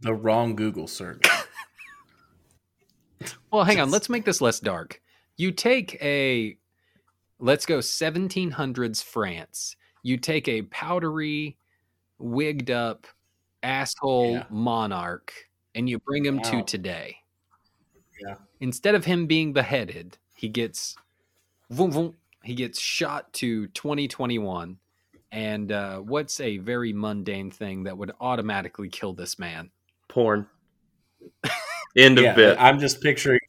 the wrong Google search. Well, hang on. Let's make this less dark. You take a, let's go 1700s France. You take a powdery, wigged up asshole Yeah. monarch and you bring him Wow. to today. Yeah. Instead of him being beheaded, he gets vroom, vroom, he gets shot to 2021. And uh, what's a very mundane thing that would automatically kill this man? Porn. End of yeah, bit. I'm just picturing.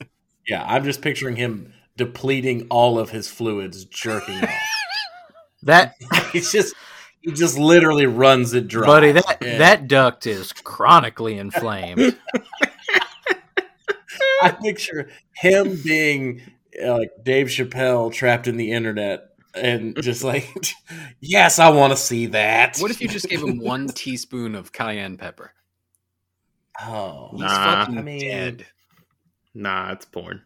Yeah, I'm just picturing him depleting all of his fluids, jerking off. That He's just he just literally runs it dry, buddy, that Yeah. that duct is chronically inflamed. I picture him being uh, like Dave Chappelle trapped in the internet and just like, yes, I want to see that. What if you just gave him one teaspoon of cayenne pepper? Oh, He's Nah. fucking I mean- dead. nah, it's porn.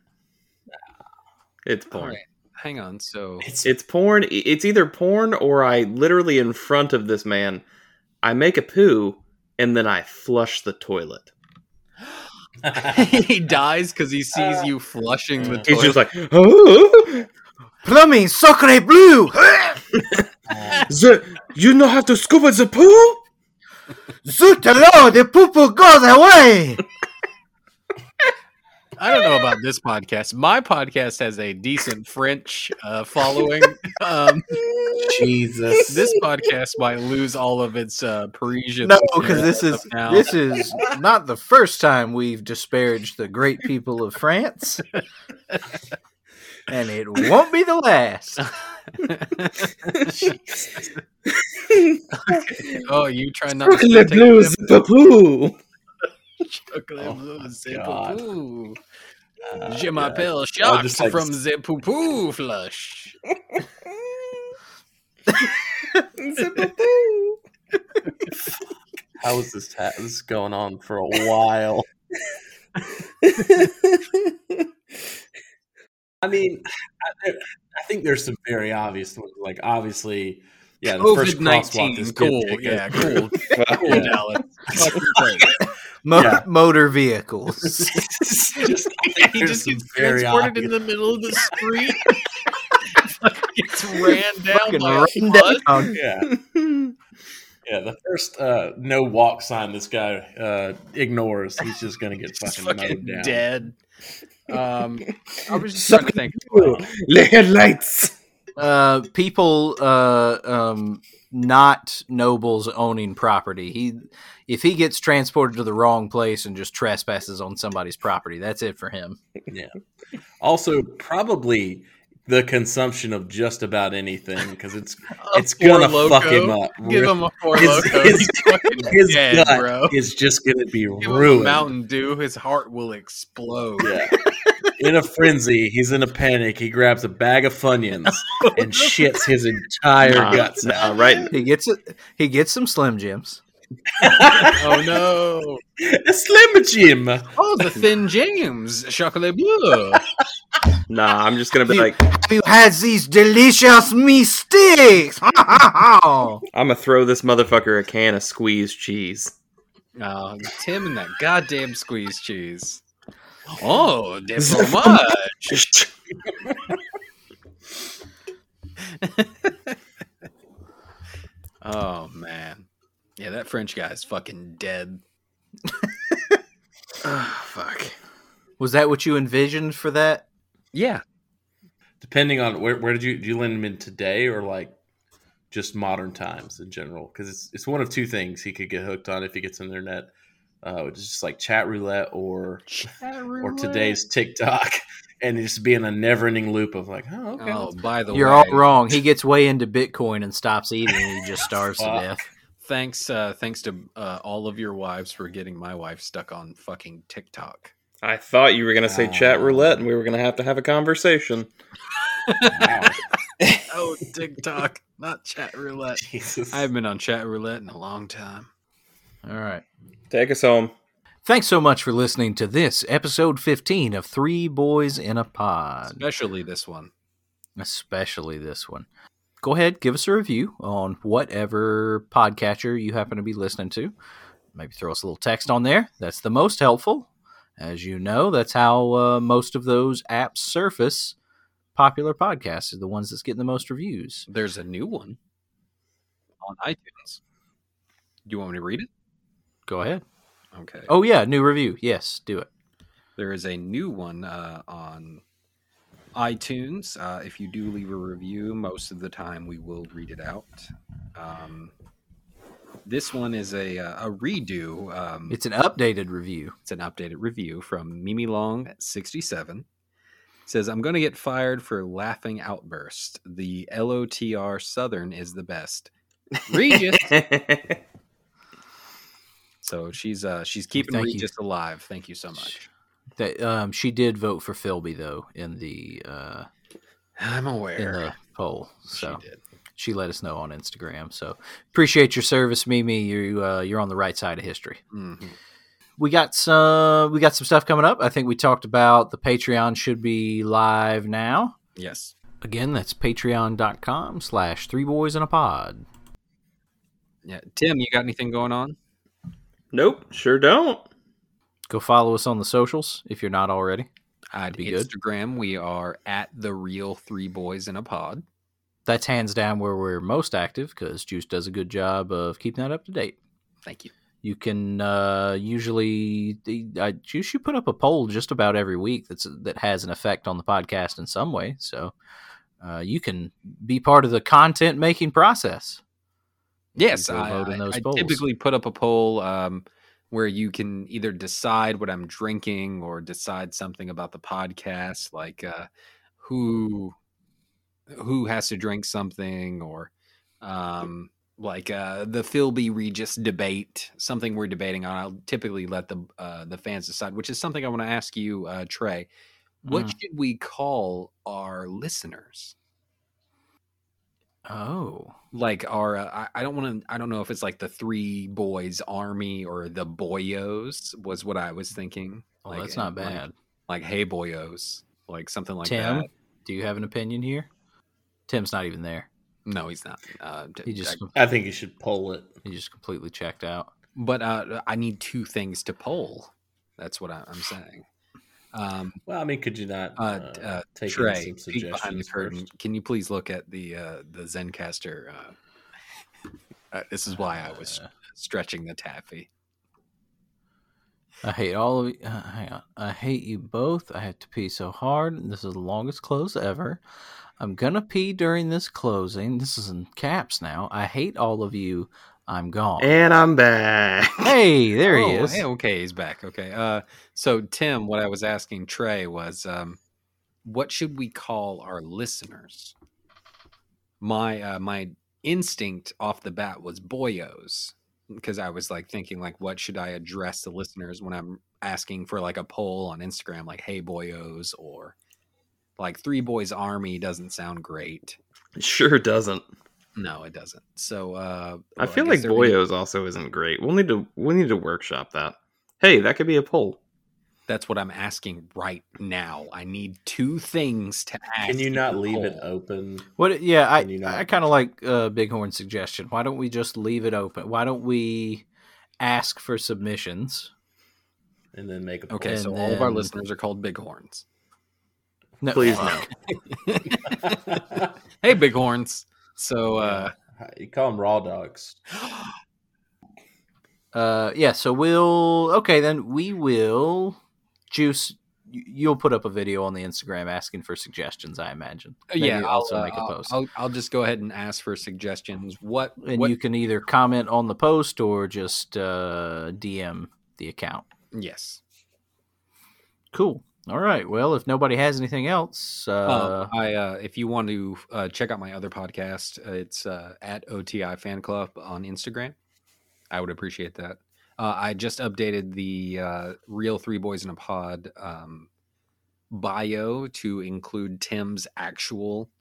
It's porn. Alright, Hang on. So it's It's porn. I- It's either porn or I literally in front of this man, I make a poo and then I flush the toilet. he dies because he sees Uh, you flushing the He's toilet. just like, oh, Plumbing Sacre Blue. The, you know how to scoop at the pool? Zut alors, the poo poo goes away. I don't know about this podcast. My podcast has a decent French uh, following. Um, Jesus. this podcast might lose all of its uh, Parisian. No, stuff because this is now. this is not the first time we've disparaged the great people of France, and it won't be the last. oh, you try not to Chocolate take blue is them- the poo. Chocolat Oh, bleu, c'est God. poupou. Uh, Je yeah. m'appelle I'll Jacques just, like, from the Poopoo Flush. How is this, ha- this is going on for a while? I mean, I, I think there's some very obvious ones. Like, obviously, yeah, the first COVID crosswalk nineteen, is cool, yeah, cool, cool, Dallas. Fuck your face. Mo- Yeah. Motor vehicles. just, he there's just some gets very transported in obvious- the middle of the street. Fucking gets ran down Fucking by a run down. bus. oh, yeah. Yeah, the first uh, no walk sign this guy uh, ignores, he's just gonna get Just fucking, fucking mowed down. dead. Um, I was just Suck trying to think. The headlights. Uh, people, uh, um, not nobles owning property. He, if he gets transported to the wrong place and just trespasses on somebody's property, that's it for him. Also, probably the consumption of just about anything because it's A it's gonna Four fuck Loko. him up. Give him a four His- loco. his- He's fucking His dead, gut bro. is just gonna be Give him a ruined. Mountain Dew. His heart will explode. Yeah. In a frenzy, he's in a panic. He grabs a bag of Funyuns and shits his entire Nah, guts out. nah, right. He gets it. He gets some Slim Jims. Oh no! Slim Jim. Oh, the Thin James, chocolat bleu. Nah, I'm just gonna be You- like, Have you had these delicious mistakes? Ha ha ha! I'm gonna throw this motherfucker a can of squeezed cheese. Oh, Tim and that goddamn squeeze cheese. Oh, de fromage. oh man, yeah, that French guy's fucking dead. fuck. Was that what you envisioned for that? Yeah, Depending on where, where did you do you lend him in today or like just modern times in general? Because it's it's one of two things he could get hooked on if he gets in the internet, uh, which is just like chat roulette or or today's TikTok, and just be in a never-ending loop of like, oh, okay, Oh, by the You're way, all wrong. He gets way into Bitcoin and stops eating. and He just starves to Fuck. death. Thanks, uh, thanks to uh, all of your wives for getting my wife stuck on fucking TikTok. I thought you were gonna say chat Ah. roulette, and we were gonna have to have a conversation. wow, Oh, TikTok, not chat roulette. Jesus. I haven't been on chat roulette in a long time. All right. Take us home. Thanks so much for listening to this episode 15 of Three Boys in a Pod, Especially this one. especially this one. Go ahead, give us a review on whatever podcatcher you happen to be listening to. Maybe throw us a little text on there. That's the most helpful. As you know, that's how uh, most of those apps surface popular podcasts, are the ones that's getting the most reviews. There's a new one on iTunes. Do you want me to read it? Go ahead. Okay. Oh, yeah, new review. Yes, do it. There is a new one uh, on iTunes. Uh, if you do leave a review, most of the time we will read it out. Um, this one is a, uh, a redo. Um, It's an updated review. it's an updated review from Mimi Long 67. Says, I'm going to get fired for laughing outburst. The LOTR Southern is the best. Regis. so she's uh she's keeping Thank you. Regis alive. Thank you so much. That um, she did vote for Philby though in the uh, I'm in aware. the poll. So She did. she, let us know on Instagram. So appreciate your service, Mimi. You uh, you're on the right side of history. Mhm. We got some we got some stuff coming up. I think we talked about the Patreon should be live now. Yes. Again, that's patreon.com slash three boys in a pod. Yeah. Tim, you got anything going on? Nope, sure don't. Go follow us on the socials if you're not already. On be good. Instagram, we are at the real three boys in a pod. That's hands down where we're most active because Juice does a good job of keeping that up to date. Thank you. You can uh, usually I Juice you put up a poll just about every week that's that has an effect on the podcast in some way. So uh, you can be part of the content making process. Yes, go I, vote in I- those I polls. typically put up a poll um, where you can either decide what I'm drinking or decide something about the podcast, like uh, who who has to drink something, or um, like uh, the Philby Regis debate, something we're debating on. I'll typically let the uh, the fans decide, which is something I want to ask you, uh, Trey. Mm. What should we call our listeners? Oh, like our uh, I, I don't want to i don't know if it's like the three boys army or the boyos was what i was thinking well, Like, that's not like- bad. like, hey boyos like something like Tim, that do you have an opinion here? Tim's not even there. no he's not uh, d- He just I think you should pull it. he just completely checked out. but uh, i need two things to poll that's what I, i'm saying um Well, I mean, could you not uh, uh, uh, take in Trey, some peek behind the suggestions curtain. first? Can you please look at the uh, the ZenCaster? Uh, uh, this is why I was Uh. stretching the taffy. I hate all of you. Uh, hang on. I hate you both. I have to pee so hard. This is the longest close ever. I'm gonna pee during this closing. This is in caps now. I hate all of you. I'm gone. Eh, And I'm back. hey, there he Oh, is. hey, okay, he's back. Okay. Uh, so Tim, what I was asking Trey was, um, what should we call our listeners? My uh, my instinct off the bat was boyos because I was like thinking like, what should I address the listeners when I'm asking for like a poll on Instagram, like, hey boyos, or like three boys army doesn't sound great. Sure doesn't. No, it doesn't. So uh, I well, feel guess like there would be- Boyos also isn't great. We'll need to we need to workshop that. Hey, that could be a poll. That's what I'm asking right now. I need two things to ask. Can you not in the leave it poll. open? What? Yeah, I Can you not- I kind of like uh, Bighorn's suggestion. Why don't we just leave it open? Why don't we ask for submissions? and then make a Okay, And so all of our then- listeners are called bighorns. No, Please fuck. no. hey, bighorns. So, uh, you call them raw dogs. Uh, yeah. So we'll okay then. We will juice. y- You'll put up a video on the Instagram asking for suggestions. I imagine. Maybe yeah, you'll I'll, also uh, make a I'll- post, I'll, I'll just go ahead and ask for suggestions. What? and what you can either comment on the post or just uh, DM the account. yes. Cool. All right. Well, if nobody has anything else, uh, Um, I uh, if you want to uh, check out my other podcast, uh, it's uh, at OTI Fan Club on Instagram. I would appreciate that. Uh, I just updated the uh, Real Three Boys in a Pod um, bio to include Tim's actual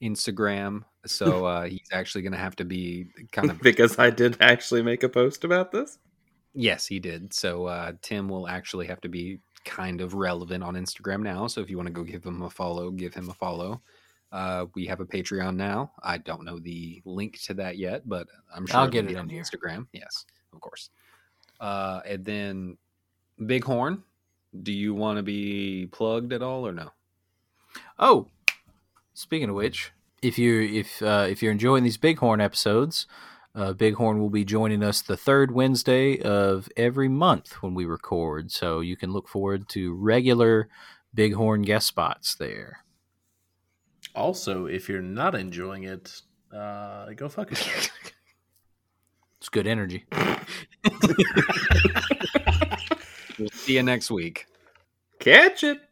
Instagram, so uh, he's actually going to have to be kind of because I did actually make a post about this. Yes, he did. So uh, Tim will actually have to be kind of relevant on Instagram now. So if you want to go give him a follow, give him a follow. Uh, we have a Patreon now. I don't know the link to that yet, but I'm sure I'll it'll get be it on in here. Instagram. Yes, of course. Uh, and then Bighorn, do you want to be plugged at all or no? Oh, speaking of which, if you if uh, if you're enjoying these Bighorn episodes, Uh, Bighorn will be joining us the third Wednesday of every month when we record, so you can look forward to regular Bighorn guest spots there. Also, if you're not enjoying it, uh, go fuck yourself. It's good energy. We'll see you next week. Catch it.